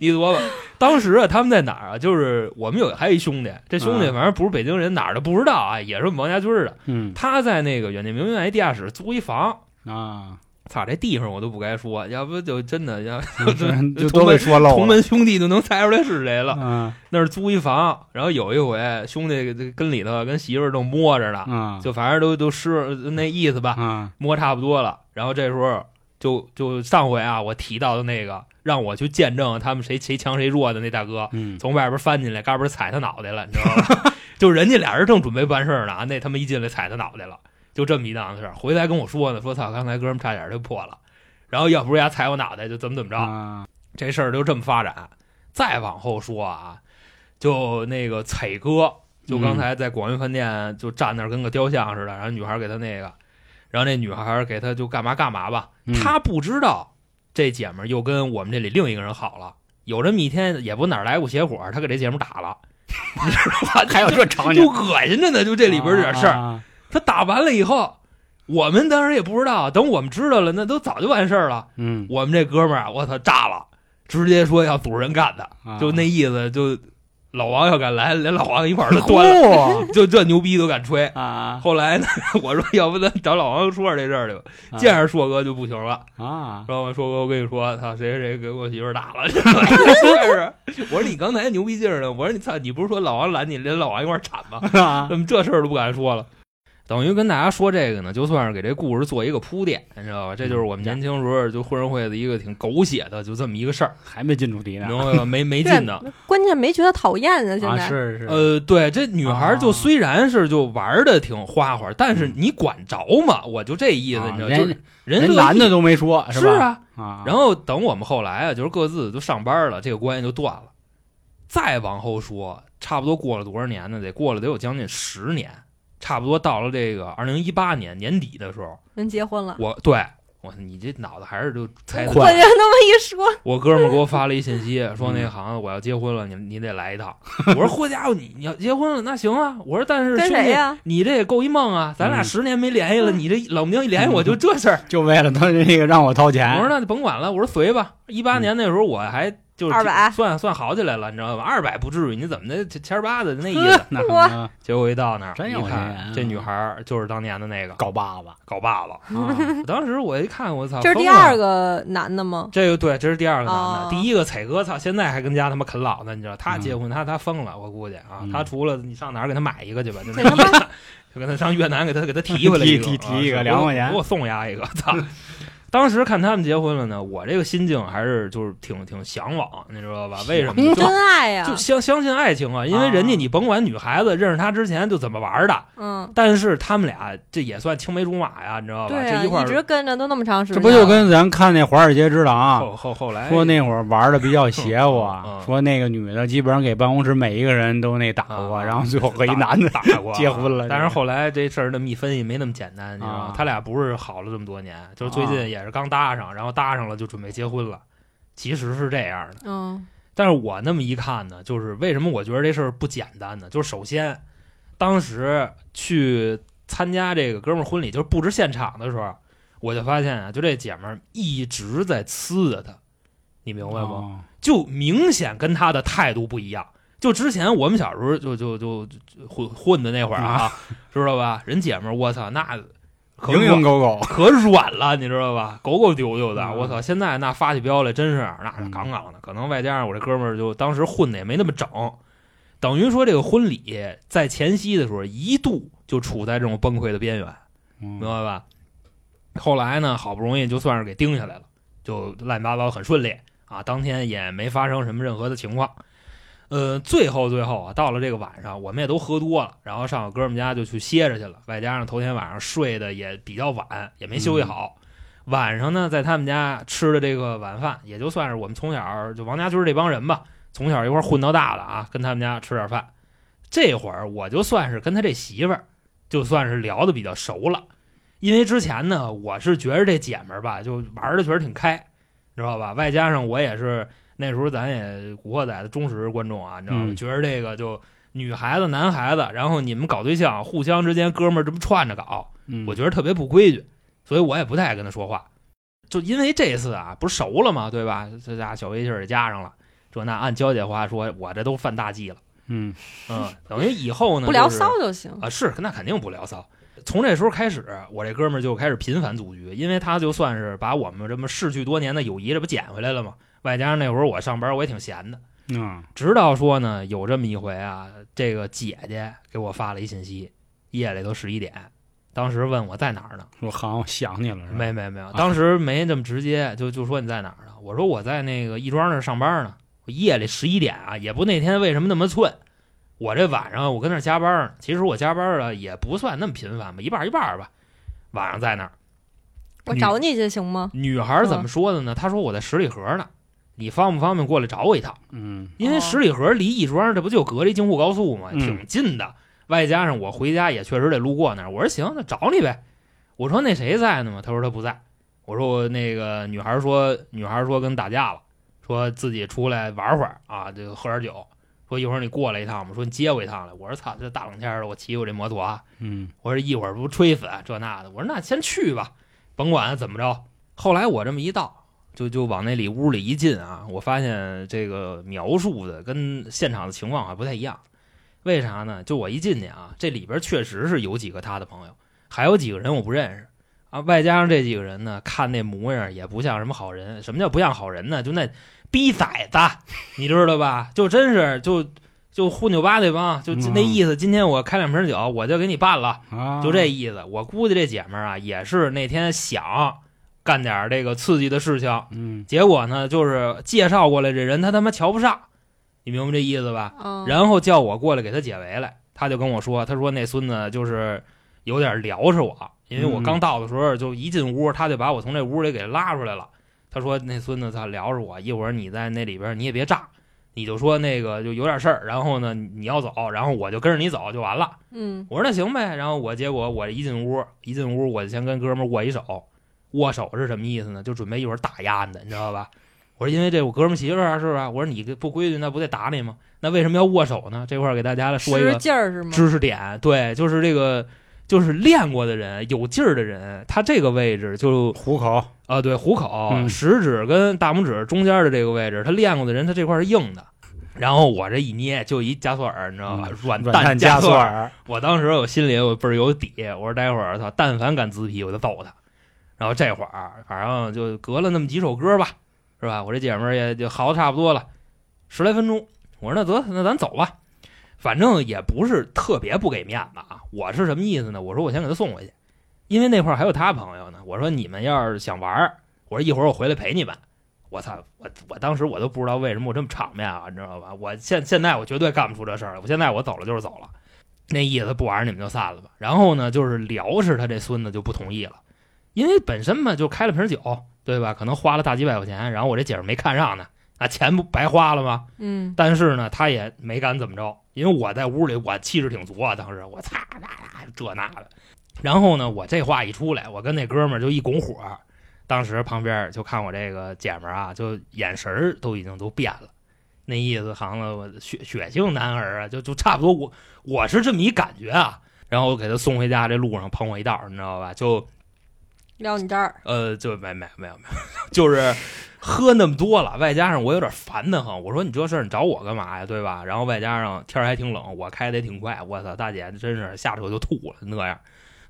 B: 你琢磨，当时啊，他们在哪儿啊？就是我们有还有一兄弟，这兄弟
A: 嗯
B: 反正不是北京人，哪儿的不知道啊，也是我们王家军儿的。
A: 嗯
B: 他在那个远近名苑地下室租一房，
A: 啊，
B: 操，这地方我都不该说，要不就真的要
A: 嗯
B: 就
A: 就都被说漏
B: 同
A: 了，
B: 门兄弟就能猜出来是谁了。
A: 嗯
B: 那是租一房，然后有一回兄弟跟里头跟媳妇儿正摸着呢，
A: 啊
B: 就反正都都湿那意思吧，
A: 啊
B: 摸差不多了。然后这时候就就上回啊，我提到的那个让我去见证他们谁谁强谁弱的那大哥，
A: 嗯
B: 从外边翻进来，嘎嘣踩他脑袋了，你知道吧？ 就人家俩人正准备办事儿呢，啊那他妈一进来踩他脑袋了，就这么一档子事儿。回来跟我说呢，说操，刚才哥们差点就破了，然后要不是丫踩我脑袋，就怎么怎么着。
A: 啊
B: 这事儿就这么发展。再往后说啊，就那个彩哥，就
A: 嗯
B: 刚才在广云饭店就站那儿跟个雕像似的，然后女孩给他那个，然后那女孩给他就干嘛干嘛吧，
A: 嗯
B: 他不知道这姐们儿又跟我们这里另一个人好了。有这么一天，也不哪儿来股邪火，他给这姐们儿打了， 你知道吧？
A: 还有啊这场景
B: 就，恶心着呢，就这里边儿这点事儿。
A: 儿，
B: 他打完了以后，我们当时也不知道，等我们知道了，那都早就完事儿了。
A: 嗯，
B: 我们这哥们儿啊，我操，炸了，直接说要组织人干他，
A: 啊
B: 就那意思，就老王要敢来，连老王一块儿都端 了，
A: 酷
B: 就这牛逼都敢吹。
A: 啊，
B: 后来呢，我说要不咱找老王说说这事儿去吧，
A: 啊
B: 见着硕哥就不行了。
A: 啊
B: 然后我说哥，我跟你说，操，谁谁谁给我媳妇儿打了， 这事 我说你刚才牛逼劲儿呢，我说你操，你不是说老王拦你，连老王一块儿铲吗？
A: 啊
B: 怎么这事儿都不敢说了？等于跟大家说这个呢，就算是给这故事做一个铺垫，你知道吧？这
A: 嗯
B: 就是我们年轻时候就混社会的一个挺狗血的，就这么一个事儿，
A: 还没进主题
B: 你
A: 呢
B: 明白吧？没没
C: 对
B: 劲的。
C: 关键没觉得讨厌啊，现
A: 啊，
C: 在
A: 是是，
B: 呃，对，这女孩就
A: 啊嗯
B: 虽然是就玩的挺花花，但是你管着吗？我就这意思，
A: 啊
B: 你知道，就是
A: 人
B: 人
A: 人
B: 乐意
A: 男的都没说，
B: 是
A: 吧？
B: 啊。
A: 啊，
B: 然后等我们后来啊，就是各自都上班了，这个关系就断了。再往后说，差不多过了多少年呢？得过了得有将近十年，差不多到了这个二零一八年年底的时候，
C: 人结婚了，
B: 我啊对我说你这脑子还是就猜
C: 我
B: 的
C: 觉
B: 快。
C: 得那么一说，
B: 我哥们儿给我发了一信息，说那
A: 嗯
B: 行啊我要结婚了，你你得来一趟。我说好家伙，你你要结婚了那行啊。我说但是
C: 跟
B: 兄
C: 谁
B: 弟，
C: 呀、
B: 你这也够一梦啊，咱俩
A: 嗯
B: 十年没联系了，你这冷不丁一联系我就这事儿。
A: 就为了他那个让我掏钱，嗯
B: 我说那就甭管了，我说随吧。一八年那时候我还就是
C: 200
B: 算算好起来了，你知道吧？二百不至于，你怎么的千儿八的那意思
A: 呵？那可能
B: 结果一到那儿，
A: 真有
B: 一
A: 钱啊
B: 看这女孩儿就是当年的那个
A: 搞爸爸，
B: 搞爸爸。
A: 啊
B: 当时我一看，我操，
C: 嗯这是第
B: 啊疯了
C: 二个男的吗？
B: 这个对，这是第二个男的，
C: 哦
B: 第一个彩哥，操，现在还跟家他妈啃老呢，你知道？他
A: 嗯
B: 结婚，他他疯了，我估计啊，
A: 嗯
B: 他除了你上哪儿给他买一个 去吧，就
C: 给
B: 那
C: 他妈
B: 就跟他上越南给他给他提回来一个，
A: 提提提一个
B: 啊
A: 两块钱
B: 给我送丫一个，操！当时看他们结婚了呢，我这个心境还是就是挺挺向往，你知道吧？为什么呢？
C: 嗯真爱呀
B: 就，相相信爱情啊，因为人家你甭管女孩子认识他之前就怎么玩的，
C: 嗯，
B: 但是他们俩这也算青梅竹马呀，你知道吧？
C: 对
B: 这
C: 啊，
B: 一块儿
C: 一直跟着都那么长
A: 这
C: 时间，
A: 不就跟咱看那《华尔街之狼》啊
B: 后后后来
A: 说那会儿玩的比较邪乎啊
B: 哎 嗯嗯，
A: 说那个女的基本上给办公室每一个人都那打过，
B: 啊
A: 然后最后和一男的
B: 打过
A: 结婚了
B: 但是后来这事儿那么一分析没那么简单，你知道吗
A: 啊？
B: 他俩不是好了这么多年，就是最
A: 啊
B: 近也是刚搭上，然后搭上了就准备结婚了，其实是这样的。
C: 嗯
B: 但是我那么一看呢，就是为什么我觉得这事儿不简单呢？就是首先，当时去参加这个哥们儿婚礼，就是布置现场的时候，我就发现啊，就这姐们儿一直在呲着他，你明白吗？
A: 哦
B: 就明显跟他的态度不一样。就之前我们小时候就就就就就混混的那会儿啊， 知道吧？人姐们儿，我操，那可
A: 蝇营狗 苟，
B: 可软了，你知道吧？狗狗丢丢的，
A: 嗯
B: 我操！现在那发起飙来真是那是杠杠的，可能外加上我这哥们儿就当时混的也没那么整，等于说这个婚礼在前夕的时候一度就处在这种崩溃的边缘，明
A: 嗯
B: 白吧？后来呢，好不容易就算是给盯下来了，就乱七八糟很顺利啊，当天也没发生什么任何的情况。呃，最后最后啊，到了这个晚上，我们也都喝多了，然后上我哥们家就去歇着去了，外加上头天晚上睡的也比较晚，也没休息好。晚上呢，在他们家吃的这个晚饭，也就算是我们从小就王家军这帮人吧，从小一块儿混到大的啊，跟他们家吃点饭。这会儿我就算是跟他这媳妇儿，就算是聊的比较熟了，因为之前呢，我是觉着这姐们儿吧，就玩的确实挺开，知道吧？外加上我也是那时候咱也《古惑仔》的忠实观众啊，你知道吗？
A: 嗯
B: 觉着这个就女孩子、男孩子，然后你们搞对象，互相之间哥们儿这么串着搞，
A: 嗯
B: 我觉得特别不规矩，所以我也不太爱跟他说话。就因为这次啊，不是熟了嘛，对吧？这家小微信儿也加上了，这那按娇姐话说，我这都犯大忌了。
A: 嗯
B: 嗯，等于以后呢，
C: 不聊
B: 就是
C: 骚就行，
B: 啊，是那肯定不聊骚。从这时候开始，我这哥们儿就开始频繁组局，因为他就算是把我们这么逝去多年的友谊，这不捡回来了吗？外加上那会儿我上班，我也挺闲的。
A: 嗯
B: 直到说呢，有这么一回啊，这个姐姐给我发了一信息，夜里头十一点，当时问我在哪儿呢。
A: 我好像想你了，是吧啊
B: 没没没有，当时没这么直接，就就说你在哪儿呢？我说我在那个亦庄那儿上班呢。我夜里十一点啊，也不那天为什么那么寸？我这晚上我跟那儿加班呢。其实我加班了也不算那么频繁吧，一半儿一半儿吧。晚上在那儿，
C: 我
B: 女
C: 找你去行吗？
B: 女孩儿怎么说的呢？她说我在十里河呢，你方不方便过来找我一趟？
A: 嗯
B: 因为
C: 哦
B: 十里河离亦庄这不就隔着一京沪高速吗？
A: 嗯
B: 挺近的。外加上我回家也确实得路过那儿，我说行，那找你呗。我说那谁在呢吗？他说他不在。我说我那个女孩说，女孩说跟打架了，说自己出来玩会儿啊，就喝点酒。说一会儿你过来一趟吧，说你接我一趟来。我说操，这大冷天儿的，我骑我这摩托啊，
A: 嗯
B: 我说一会儿不吹粉这那的，我说那先去吧，甭管怎么着。后来我这么一到，就就往那里屋里一进啊，我发现这个描述的跟现场的情况还啊不太一样。为啥呢？就我一进去啊，这里边确实是有几个他的朋友，还有几个人我不认识啊。外加上这几个人呢，看那模样也不像什么好人。什么叫不像好人呢？就那逼崽子，你知道吧？就真是就就混酒吧那帮，就就那意思。今天我开两瓶酒，我就给你办了。
A: 啊，
B: 就这意思。我估计这姐们儿啊，也是那天想干点儿这个刺激的事情，
A: 嗯
B: 结果呢，就是介绍过来这人他他妈瞧不上，你明白这意思吧？
C: 嗯，
B: 然后叫我过来给他解围来，他就跟我说，他说那孙子就是有点撩着我，因为我
A: 嗯
B: 刚到的时候就一进屋，他就把我从这屋里给拉出来了。他说那孙子他撩着我，一会儿你在那里边你也别炸，你就说那个就有点事儿，然后呢你要走，然后我就跟着你走就完了。
C: 嗯，
B: 我说那行呗，然后我结果我一进屋，一进屋我就先跟哥们儿握一手，握手是什么意思呢？就准备一会儿打压你的，你知道吧？我说因为这我哥们儿媳妇儿啊，是不是？我说你这不规矩，那不得打你吗？那为什么要握手呢？这块儿给大家来说一
C: 使
B: 个
C: 劲儿是吗？
B: 知识点，对，就是这个就是练过的人、有劲儿的人，他这个位置就
A: 虎口
B: 啊，对，虎口、
A: 嗯
B: 食指跟大拇指中间的这个位置，他练过的人，他这块儿是硬的。然后我这一捏就一加索尔，你知道吧？软
A: 嗯软蛋
B: 加啊
A: 加索
B: 尔。
A: 尔，
B: 我当时我心里我倍儿有底，我说待会儿啊操，但凡敢自皮，我就揍他。然后这会儿反正就隔了那么几首歌吧，是吧？我这姐们儿也就好的差不多了，十来分钟。我说那得那咱走吧，反正也不是特别不给面子啊。我是什么意思呢？我说我先给他送回去，因为那块儿还有他朋友呢。我说你们要是想玩儿，我说一会儿我回来陪你们。我操！我我当时我都不知道为什么我这么场面啊，你知道吧？我现现在我绝对干不出这事儿了。我现在我走了就是走了，那意思不玩儿你们就散了吧。然后呢，就是辽是他这孙子就不同意了，因为本身嘛就开了瓶酒，对吧？可能花了大几百块钱，然后我这姐们儿没看上呢，啊，钱不白花了吗？
C: 嗯，
B: 但是呢，他也没敢怎么着，因为我在屋里我气势挺足啊，当时我擦啦啦这那的。然后呢，我这话一出来，我跟那哥们儿就一拱火，当时旁边就看我这个姐们儿啊，就眼神儿都已经都变了，那意思好像我血血性男儿啊，就就差不多我我是这么一感觉啊。然后我给他送回家这路上碰我一道儿，你知道吧？就
C: 撂你这儿，
B: 呃，就没没没有没有， 就是喝那么多了，外加上我有点烦得很。我说你这事儿你找我干嘛呀，对吧？然后外加上天儿还挺冷，我开的也挺快。我操，大姐真是下车就吐了那样。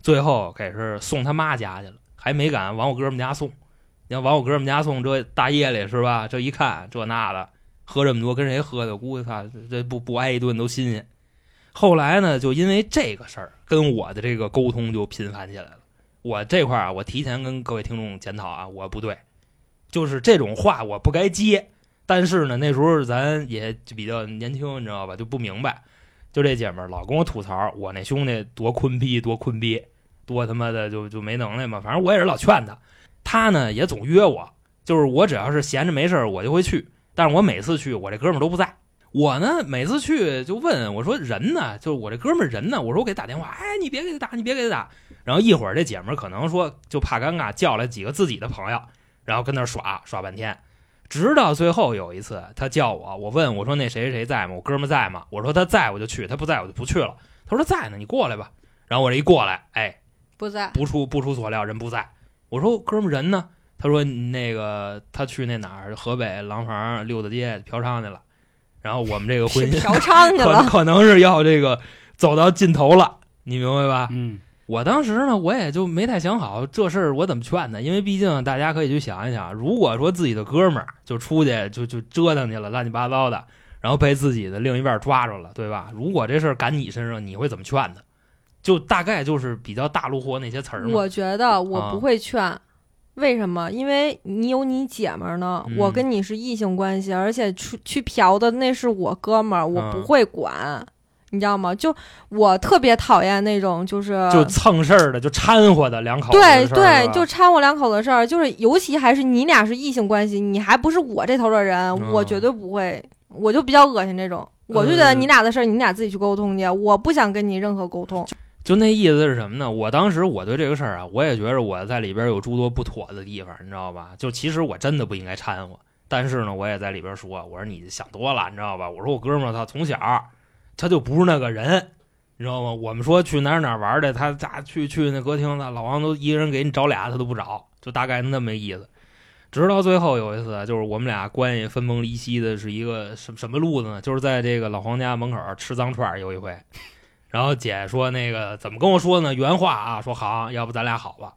B: 最后给是送他妈家去了，还没敢往我哥们家送。你要往我哥们家送，这大夜里是吧？这一看这那的，喝这么多跟谁喝的？估计他这不不挨一顿都新鲜。后来呢，就因为这个事儿，跟我的这个沟通就频繁起来了。我这块儿啊，我提前跟各位听众检讨啊，我不对，就是这种话我不该接。但是呢，那时候咱也就比较年轻，你知道吧，就不明白。就这姐们儿老跟我吐槽，我那兄弟多坤逼，多坤逼，多他妈的就就没能耐嘛。反正我也是老劝他，他呢也总约我，就是我只要是闲着没事儿我就会去，但是我每次去我这哥们儿都不在。我呢，每次去就问我说人呢，就是我这哥们儿人呢，我说我给他打电话，哎，你别给他打，你别给他打，然后一会儿这姐们儿可能说就怕尴尬，叫来几个自己的朋友，然后跟那儿耍耍半天，直到最后有一次，她叫我，我问我说那谁谁谁在吗？我哥们儿在吗？我说他在我就去，他不在我就不去了。他说在呢，你过来吧。然后我这一过来，哎，
C: 不在，
B: 不出不出所料，人不在。我说哥们儿人呢？他说那个他去那哪儿，河北廊坊六大街嫖娼去了。然后我们 这个婚
C: 去
B: 姻
C: 嫖娼去
B: 可
C: 了，
B: 可能是要这个走到尽头了，你明白吧？
A: 嗯，
B: 我当时呢，我也就没太想好这事儿我怎么劝他，因为毕竟大家可以去想一想，如果说自己的哥们儿就出去就就折腾去了，乱七八糟的，然后被自己的另一半抓住了，对吧？如果这事儿赶你身上，你会怎么劝他？就大概就是比较大陆货那些词儿嘛。
C: 我觉得
B: 啊
C: 我不会劝。为什么？因为你有你姐们儿呢，
B: 嗯
C: 我跟你是异性关系，而且去去嫖的那是我哥们儿，我不
B: 嗯
C: 会管，你知道吗？就我特别讨厌那种就是
B: 就蹭事儿的，就掺和的两口子
C: 对
B: 的事儿是
C: 对
B: 吧，
C: 就掺和两口子事儿，就是尤其还是你俩是异性关系，你还不是我这头的人，
B: 嗯
C: 我绝对不会，我就比较恶心这种。我就觉得
B: 嗯
C: 你俩的事儿，你俩自己去沟通去，我不想跟你任何沟通。
B: 就那意思是什么呢？我当时我对这个事儿啊，我也觉着我在里边有诸多不妥的地方，你知道吧？就其实我真的不应该掺和，但是呢，我也在里边说，我说你想多了，你知道吧？我说我哥们儿他从小他就不是那个人，你知道吗？我们说去哪儿哪儿玩儿的，他咋去去那歌厅的，老王都一个人给你找俩，他都不找，就大概那么意思。直到最后有一次，就是我们俩关系分崩离析的是一个什 什么路子呢？就是在这个老黄家门口吃脏串儿有一回，然后姐说那个怎么跟我说呢？原话啊，说好，要不咱俩好吧，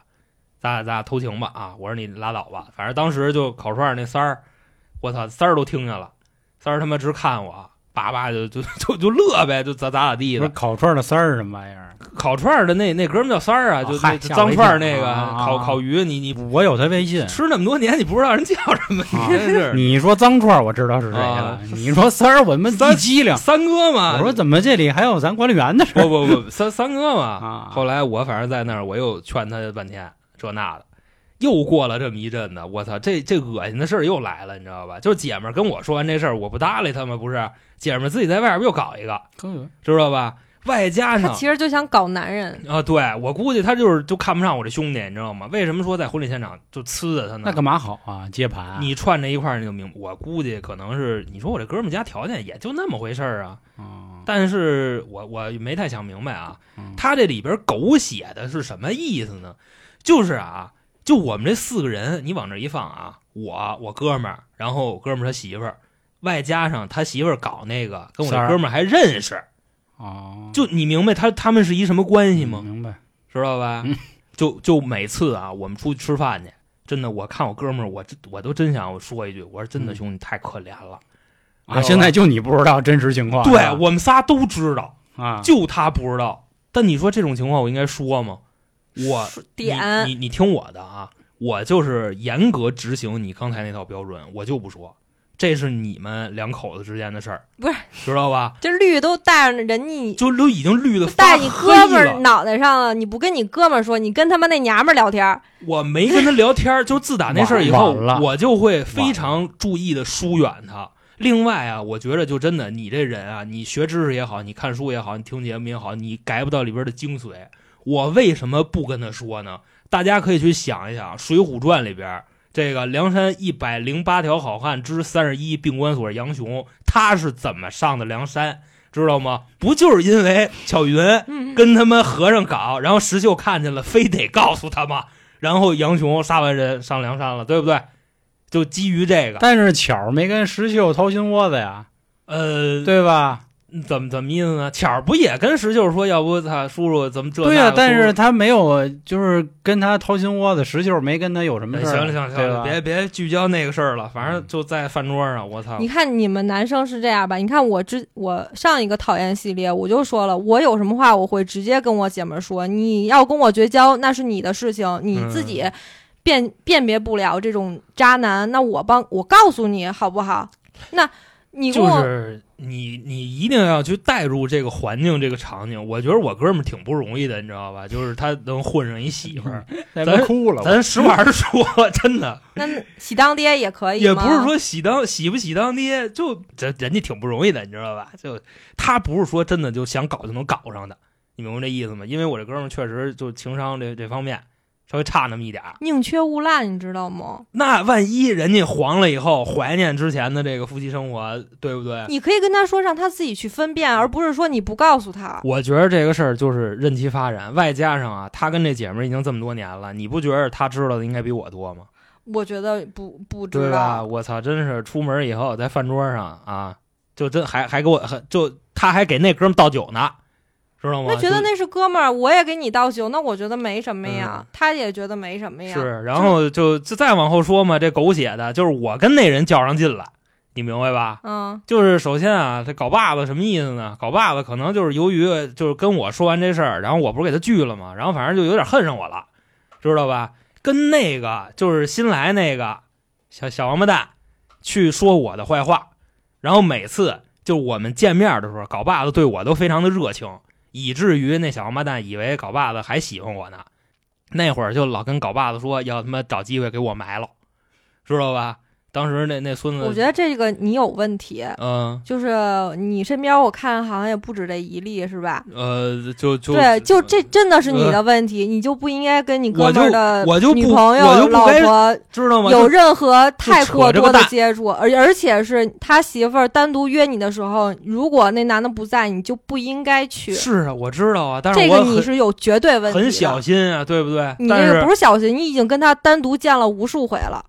B: 咱俩咱俩偷情吧啊！我说你拉倒吧，反正当时就烤串儿那三儿，我操，三儿都听见了，三儿他妈直看我，叭叭就就就就乐呗，就咋咋咋地
A: 不
B: 的
A: 是。烤串的丝儿是什么玩意 儿？
B: 烤串儿的那那哥们儿叫三儿啊，
A: 啊
B: 就
A: 嗨
B: 那
A: 吓
B: 脏
A: 我一
B: 串儿
A: 跳
B: 那个
A: 啊啊啊
B: 烤烤鱼，你你
A: 我有他微信。
B: 吃那么多年，你不知道人叫什么，
A: 啊
B: 你真 是
A: 你说脏串儿我知道是谁了
B: 啊，
A: 你说丝儿我们
B: 三
A: 一激灵。
B: 三哥嘛？
A: 我说怎么这里还有咱管理员的事
B: 不
A: 儿
B: 不不，三三哥嘛。
A: 啊？
B: 后来我反正在那儿，我又劝他半天，这那的，又过了这么一阵子，我操，这这恶心的事儿又来了，你知道吧？就是姐们儿跟我说完这事儿，我不搭理他们，不是姐们儿自己在外边又搞一个，知道吧？外加
C: 他
B: 上
C: 其实就想搞男人，
B: 啊，对我估计他就是就看不上我这兄弟，你知道吗？为什么说在婚礼现场就呲着他呢？
A: 那干嘛好啊？接盘啊、
B: 你串这一块儿你就明，我估计可能是你说我这哥们儿家条件也就那么回事儿啊，
A: 嗯
B: 但是我我没太想明白啊，
A: 嗯
B: 他这里边狗血的是什么意思呢？就是啊，就我们这四个人，你往这一放啊，我我哥们儿，然后我哥们儿他媳妇儿，外加上他媳妇儿搞那个，跟我
A: 三
B: 这
A: 儿
B: 哥们儿还认识，
A: 哦，
B: 就你明白他他们是一什么关系吗？
A: 嗯明白，
B: 知道吧？
A: 嗯
B: 就就每次啊，我们出去吃饭去，真的，我看我哥们儿，我真我都真想说一句，我说真的，
A: 嗯
B: 兄弟太可怜了。知道
A: 啊！
B: 吧
A: 现在就你不知道真实情
C: 啊
A: 况，
B: 对
A: 是吧
B: 我们仨都知道，
A: 啊，
B: 就他不知道。但你说这种情况，我应该说吗？我
C: 点
B: 啊你你你听我的啊，我就是严格执行你刚才那套标准，我就不说，这是你们两口子之间的事儿，
C: 不是
B: 知道吧？
C: 这绿都带上人家。
B: 就都已经绿的
C: 带你哥们儿脑袋上了，你不跟你哥们儿说，你跟他妈那娘们儿聊天儿，
B: 我没跟他聊天儿，就自打那事儿以后
A: 晚了，
B: 我就会非常注意的疏远他。另外啊，我觉得就真的你这人啊，你学知识也好，你看书也好，你听节目也好，你 get 不到里边的精髓。我为什么不跟他说呢？大家可以去想一想，《水浒传》里边这个梁山一百零八条好汉之三十一并关锁杨雄，他是怎么上的梁山，知道吗？不就是因为巧云
C: 嗯，
B: 跟他们和尚搞，然后石秀看见了，非得告诉他们，然后杨雄杀完人上梁山了，对不对？就基于这个，
A: 但是巧儿没跟石秀掏心窝子呀，
B: 呃，
A: 对吧？
B: 怎么怎么意思呢？巧儿不也跟石秀说，要不他叔叔怎么这那个？
A: 对呀、啊但
B: 叔
A: 是
B: 叔
A: 他没有，就是跟他掏心窝子，石秀没跟他有什么
B: 哎
A: 事儿、
B: 行了行了行
A: 对
B: 了，
A: 吧
B: 别别聚焦那个事儿了，反正就在饭桌上，我操
C: 你，看你们男生是这样吧？你看我之我上一个讨厌系列，我就说了，我有什么话我会直接跟我姐们儿说。你要跟我绝交，那是你的事情，你
B: 嗯
C: 自己辨、辨别不了这种渣男，那我帮我告诉你好不好？那你跟
B: 就
C: 我、
B: 是你你一定要去带入这个环境这个场景。我觉得我哥们儿挺不容易的，你知道吧？就是他能混上一媳妇儿，
A: 那边哭了，
B: 咱实话实说， 真的。
C: 那喜当爹也可以
B: 也
C: 吗
B: 不是说喜当喜不喜当爹，就这人家挺不容易的，你知道吧？就他不是说真的就想搞就能搞上的，你明白这意思吗？因为我这哥们儿确实就情商这这方面稍微差那么一点儿。
C: 宁缺毋滥，你知道吗？
B: 那万一人家黄了以后，怀念之前的这个夫妻生活，对不 对？
C: 你可以跟他说，让他自己去分辨，
B: 嗯
C: 而不是说你不告诉他。
B: 我觉得这个事儿就是任其发展，外加上啊，他跟这姐们儿已经这么多年了，你不觉得他知道的应该比我多吗？
C: 我觉得不不
B: 对啊
C: 知
B: 吧？
C: 道，
B: 我操，真是出门以后在饭桌上啊，就真还还给我还就他还给那哥们倒酒呢，知道吗？
C: 那觉得
B: 就
C: 那是哥们儿，我也给你倒酒，那我觉得没什么呀，
B: 嗯
C: 他也觉得没什么呀。
B: 是，然后就就再往后说嘛，这狗血的，就是我跟那人较上劲了，你明白吧？
C: 嗯，
B: 就是首先啊，这搞爸爸什么意思呢？搞爸爸可能就是由于就是跟我说完这事儿，然后我不是给他拒了吗？然后反正就有点恨上我了，知道吧？跟那个就是新来那个小小王八蛋去说我的坏话，然后每次就我们见面的时候，搞爸子对我都非常的热情，以至于那小王八蛋以为搞爸子还喜欢我呢。那会儿就老跟搞爸子说要他妈找机会给我埋了，知道吧？当时那那孙子，
C: 我觉得这个你有问题，
B: 嗯。
C: 就是你身边我看好像也不止这一例，是吧？
B: 呃，就就呃
C: 对，就这真的是你的问题，你就不应该跟你哥们儿的
B: 我就
C: 女
B: 不
C: 朋
B: 我
C: 友、
B: 就不
C: 老
B: 该
C: 婆
B: 知道吗？
C: 有
B: 就
C: 任何太过
B: 扯这
C: 多
B: 个
C: 的
B: 蛋
C: 接触，而而且是他媳妇儿单独约你的时候，如果那男的不在，你就不应该去。
B: 是啊，我知道啊，但是
C: 这
B: 我
C: 个你
B: 很
C: 是有绝对问题的，
B: 很小心啊，对不对？
C: 你
B: 但
C: 这个
B: 是
C: 不是小心，你已经跟他单独见了无数回了。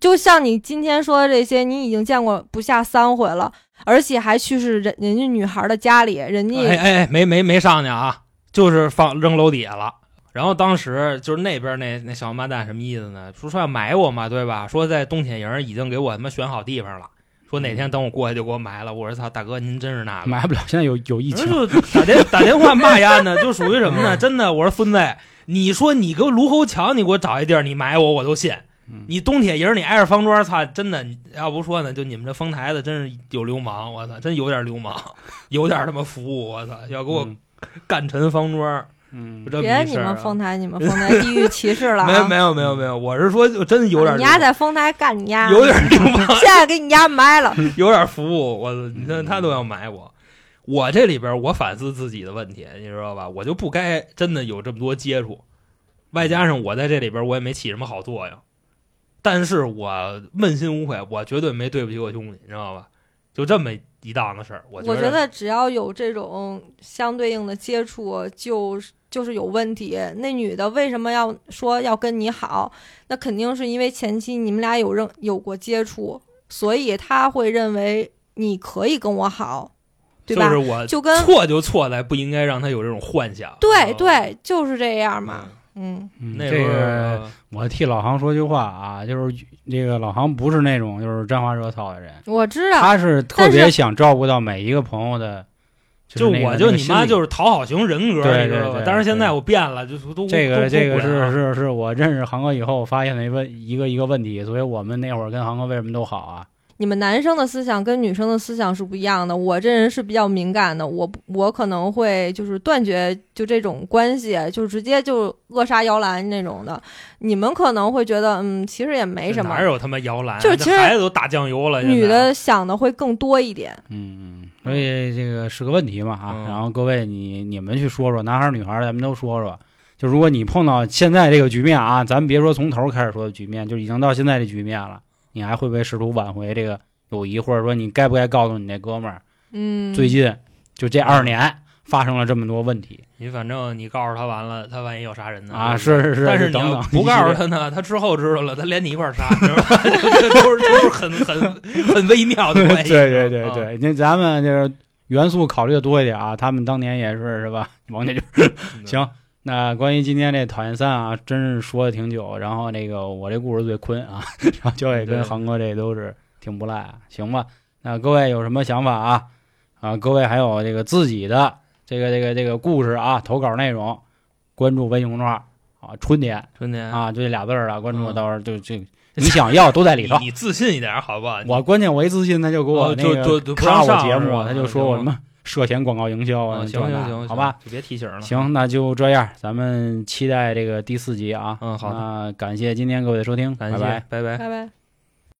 C: 就像你今天说的这些，你已经见过不下三回了，而且还去是人人家女孩的家里，人家、
B: 哎哎哎，没没没上去啊，就是放扔楼底下了。然后当时就是那边那那小王八蛋什么意思呢？说说要埋我嘛，对吧？说在东铁营已经给我他妈选好地方了，说哪天等我过去就给我埋了。我说操，大哥您真是那个。
A: 买不了，现在有有疫情，嗯
B: 就打电打电话骂丫 呢，就属于什么呢？真的，我说孙子，你说你给我卢沟桥，你给我找一地儿，你埋我我都信
A: 嗯。
B: 你东铁营儿，你挨着方庄，操，真的，你要不说呢，就你们这丰台的真是有流氓，我操，真有点 流氓，有点他妈服务，我操，要给我
A: 嗯
B: 干沉方庄，
A: 嗯
B: 就这么
C: 别
B: 一
C: 你
B: 事儿
C: 们
B: 啊
C: 丰台，你 们丰台地域歧视了、啊。啊
B: 没有没有没有没有，我是说就真有点流
C: 你丫
B: 氓，
C: 在丰台干你丫，
B: 有点流氓，
C: 现在给你丫埋了。
A: 嗯
B: 有点服务，我操，你看他都要埋我。我这里边我反思自己的问题，你知道吧？我就不该真的有这么多接触，外加上我在这里边我也没起什么好作用，但是我问心无愧，我绝对没对不起我兄弟，你知道吧？就这么一档子事儿，我
C: 我
B: 觉
C: 觉得只要有这种相对应的接触，就是就是有问题。那女的为什么要说要跟你好？那肯定是因为前期你们俩有认有过接触，所以她会认为你可以跟我好，对
B: 就
C: 吧？
B: 是我
C: 就跟
B: 错就错在不应该让他有这种幻想。
C: 对
B: 知道吧，
C: 对，就是这样嘛。
B: 嗯
C: 嗯，
A: 嗯
B: 那
A: 这
B: 时候
A: 个
B: 呃
A: 我替老航说句话啊，就是这个老航不是那种就是沾花惹草的人，
C: 我知道。
A: 他是特别想照顾到每一个朋友的，
B: 就是
A: 那个
B: 我就
A: 那个
B: 你妈
A: 心理
B: 就是讨好型人格，
A: 对
B: 你知
A: 对
B: 道吧
A: 对？
B: 但是现在
A: 对
B: 我变了，就都都
A: 这
B: 都
A: 个
B: 都
A: 这个
B: 不管
A: 是
B: 了啊
A: 是是我认识航哥以后发现了一问一个一个问题，所以我们那会儿跟航哥为什么都好啊？
C: 你们男生的思想跟女生的思想是不一样的。我这人是比较敏感的，我不我可能会就是断绝就这种关系，就直接就扼杀摇篮那种的。你们可能会觉得，嗯，其实也没
B: 这
C: 什么
B: 哪。有他妈摇篮啊？
C: 就是
B: 这
C: 其实
B: 孩子都打酱油了，现在
C: 女的想的会更多一点。
A: 嗯，嗯，所以这个是个问题嘛啊。
B: 嗯
A: 然后各位你你们去说说，男孩儿女孩儿咱们都说说。就如果你碰到现在这个局面啊，咱别说从头开始说的局面，就已经到现在这局面了，你还会不会试图挽回这个友谊，或者说你该不该告诉你那哥们儿，
C: 嗯，
A: 最近就这二年发生了这么多问题
B: 你反正你告诉他完了，他万一要杀人呢？
A: 啊？是是是，
B: 但是你
A: 等
B: 要
A: 等，
B: 不告
A: 一
B: 诉
A: 系列
B: 他呢，他之后知道了，他连你一块儿杀，你知道吧？ 这都是都是很很很微妙的 关系。
A: 对对对
B: 啊，
A: 对，那咱们就是元素考虑的多一点啊。他们当年也是是吧？王家军。
B: 嗯
A: 行，那关于今天这讨厌三啊，真是说的挺久。然后那个我这故事最坤啊， 然后焦伟
B: 对
A: 跟航哥这都是挺不赖啊，行吧？那各位有什么想法啊？啊，各位还有这个自己的这个这个这个故事啊，投稿内容，关注微信公众号啊，春天
B: 春天，
A: 啊，就这俩字儿啊，关注我，
B: 嗯
A: 到时候就就你想要都在里
B: 你
A: 头。
B: 你自信一点好不好？
A: 我关键我一自信，他就给我
B: 哦
A: 那
B: 就就
A: 个
B: 就不让
A: 卡我
B: 上
A: 节
B: 是
A: 目，
B: 吧
A: 他就说我什么涉嫌广告营销
B: 啊
A: 啊，
B: 行
A: 这那
B: 行行，
A: 好吧，
B: 行，就别提醒了。，
A: 行，那就这样，咱们期待这个第四集啊。
B: 嗯好的
A: 那感谢今天各位的收听，
B: 感
A: 拜拜
B: 谢，拜拜。
C: 拜拜。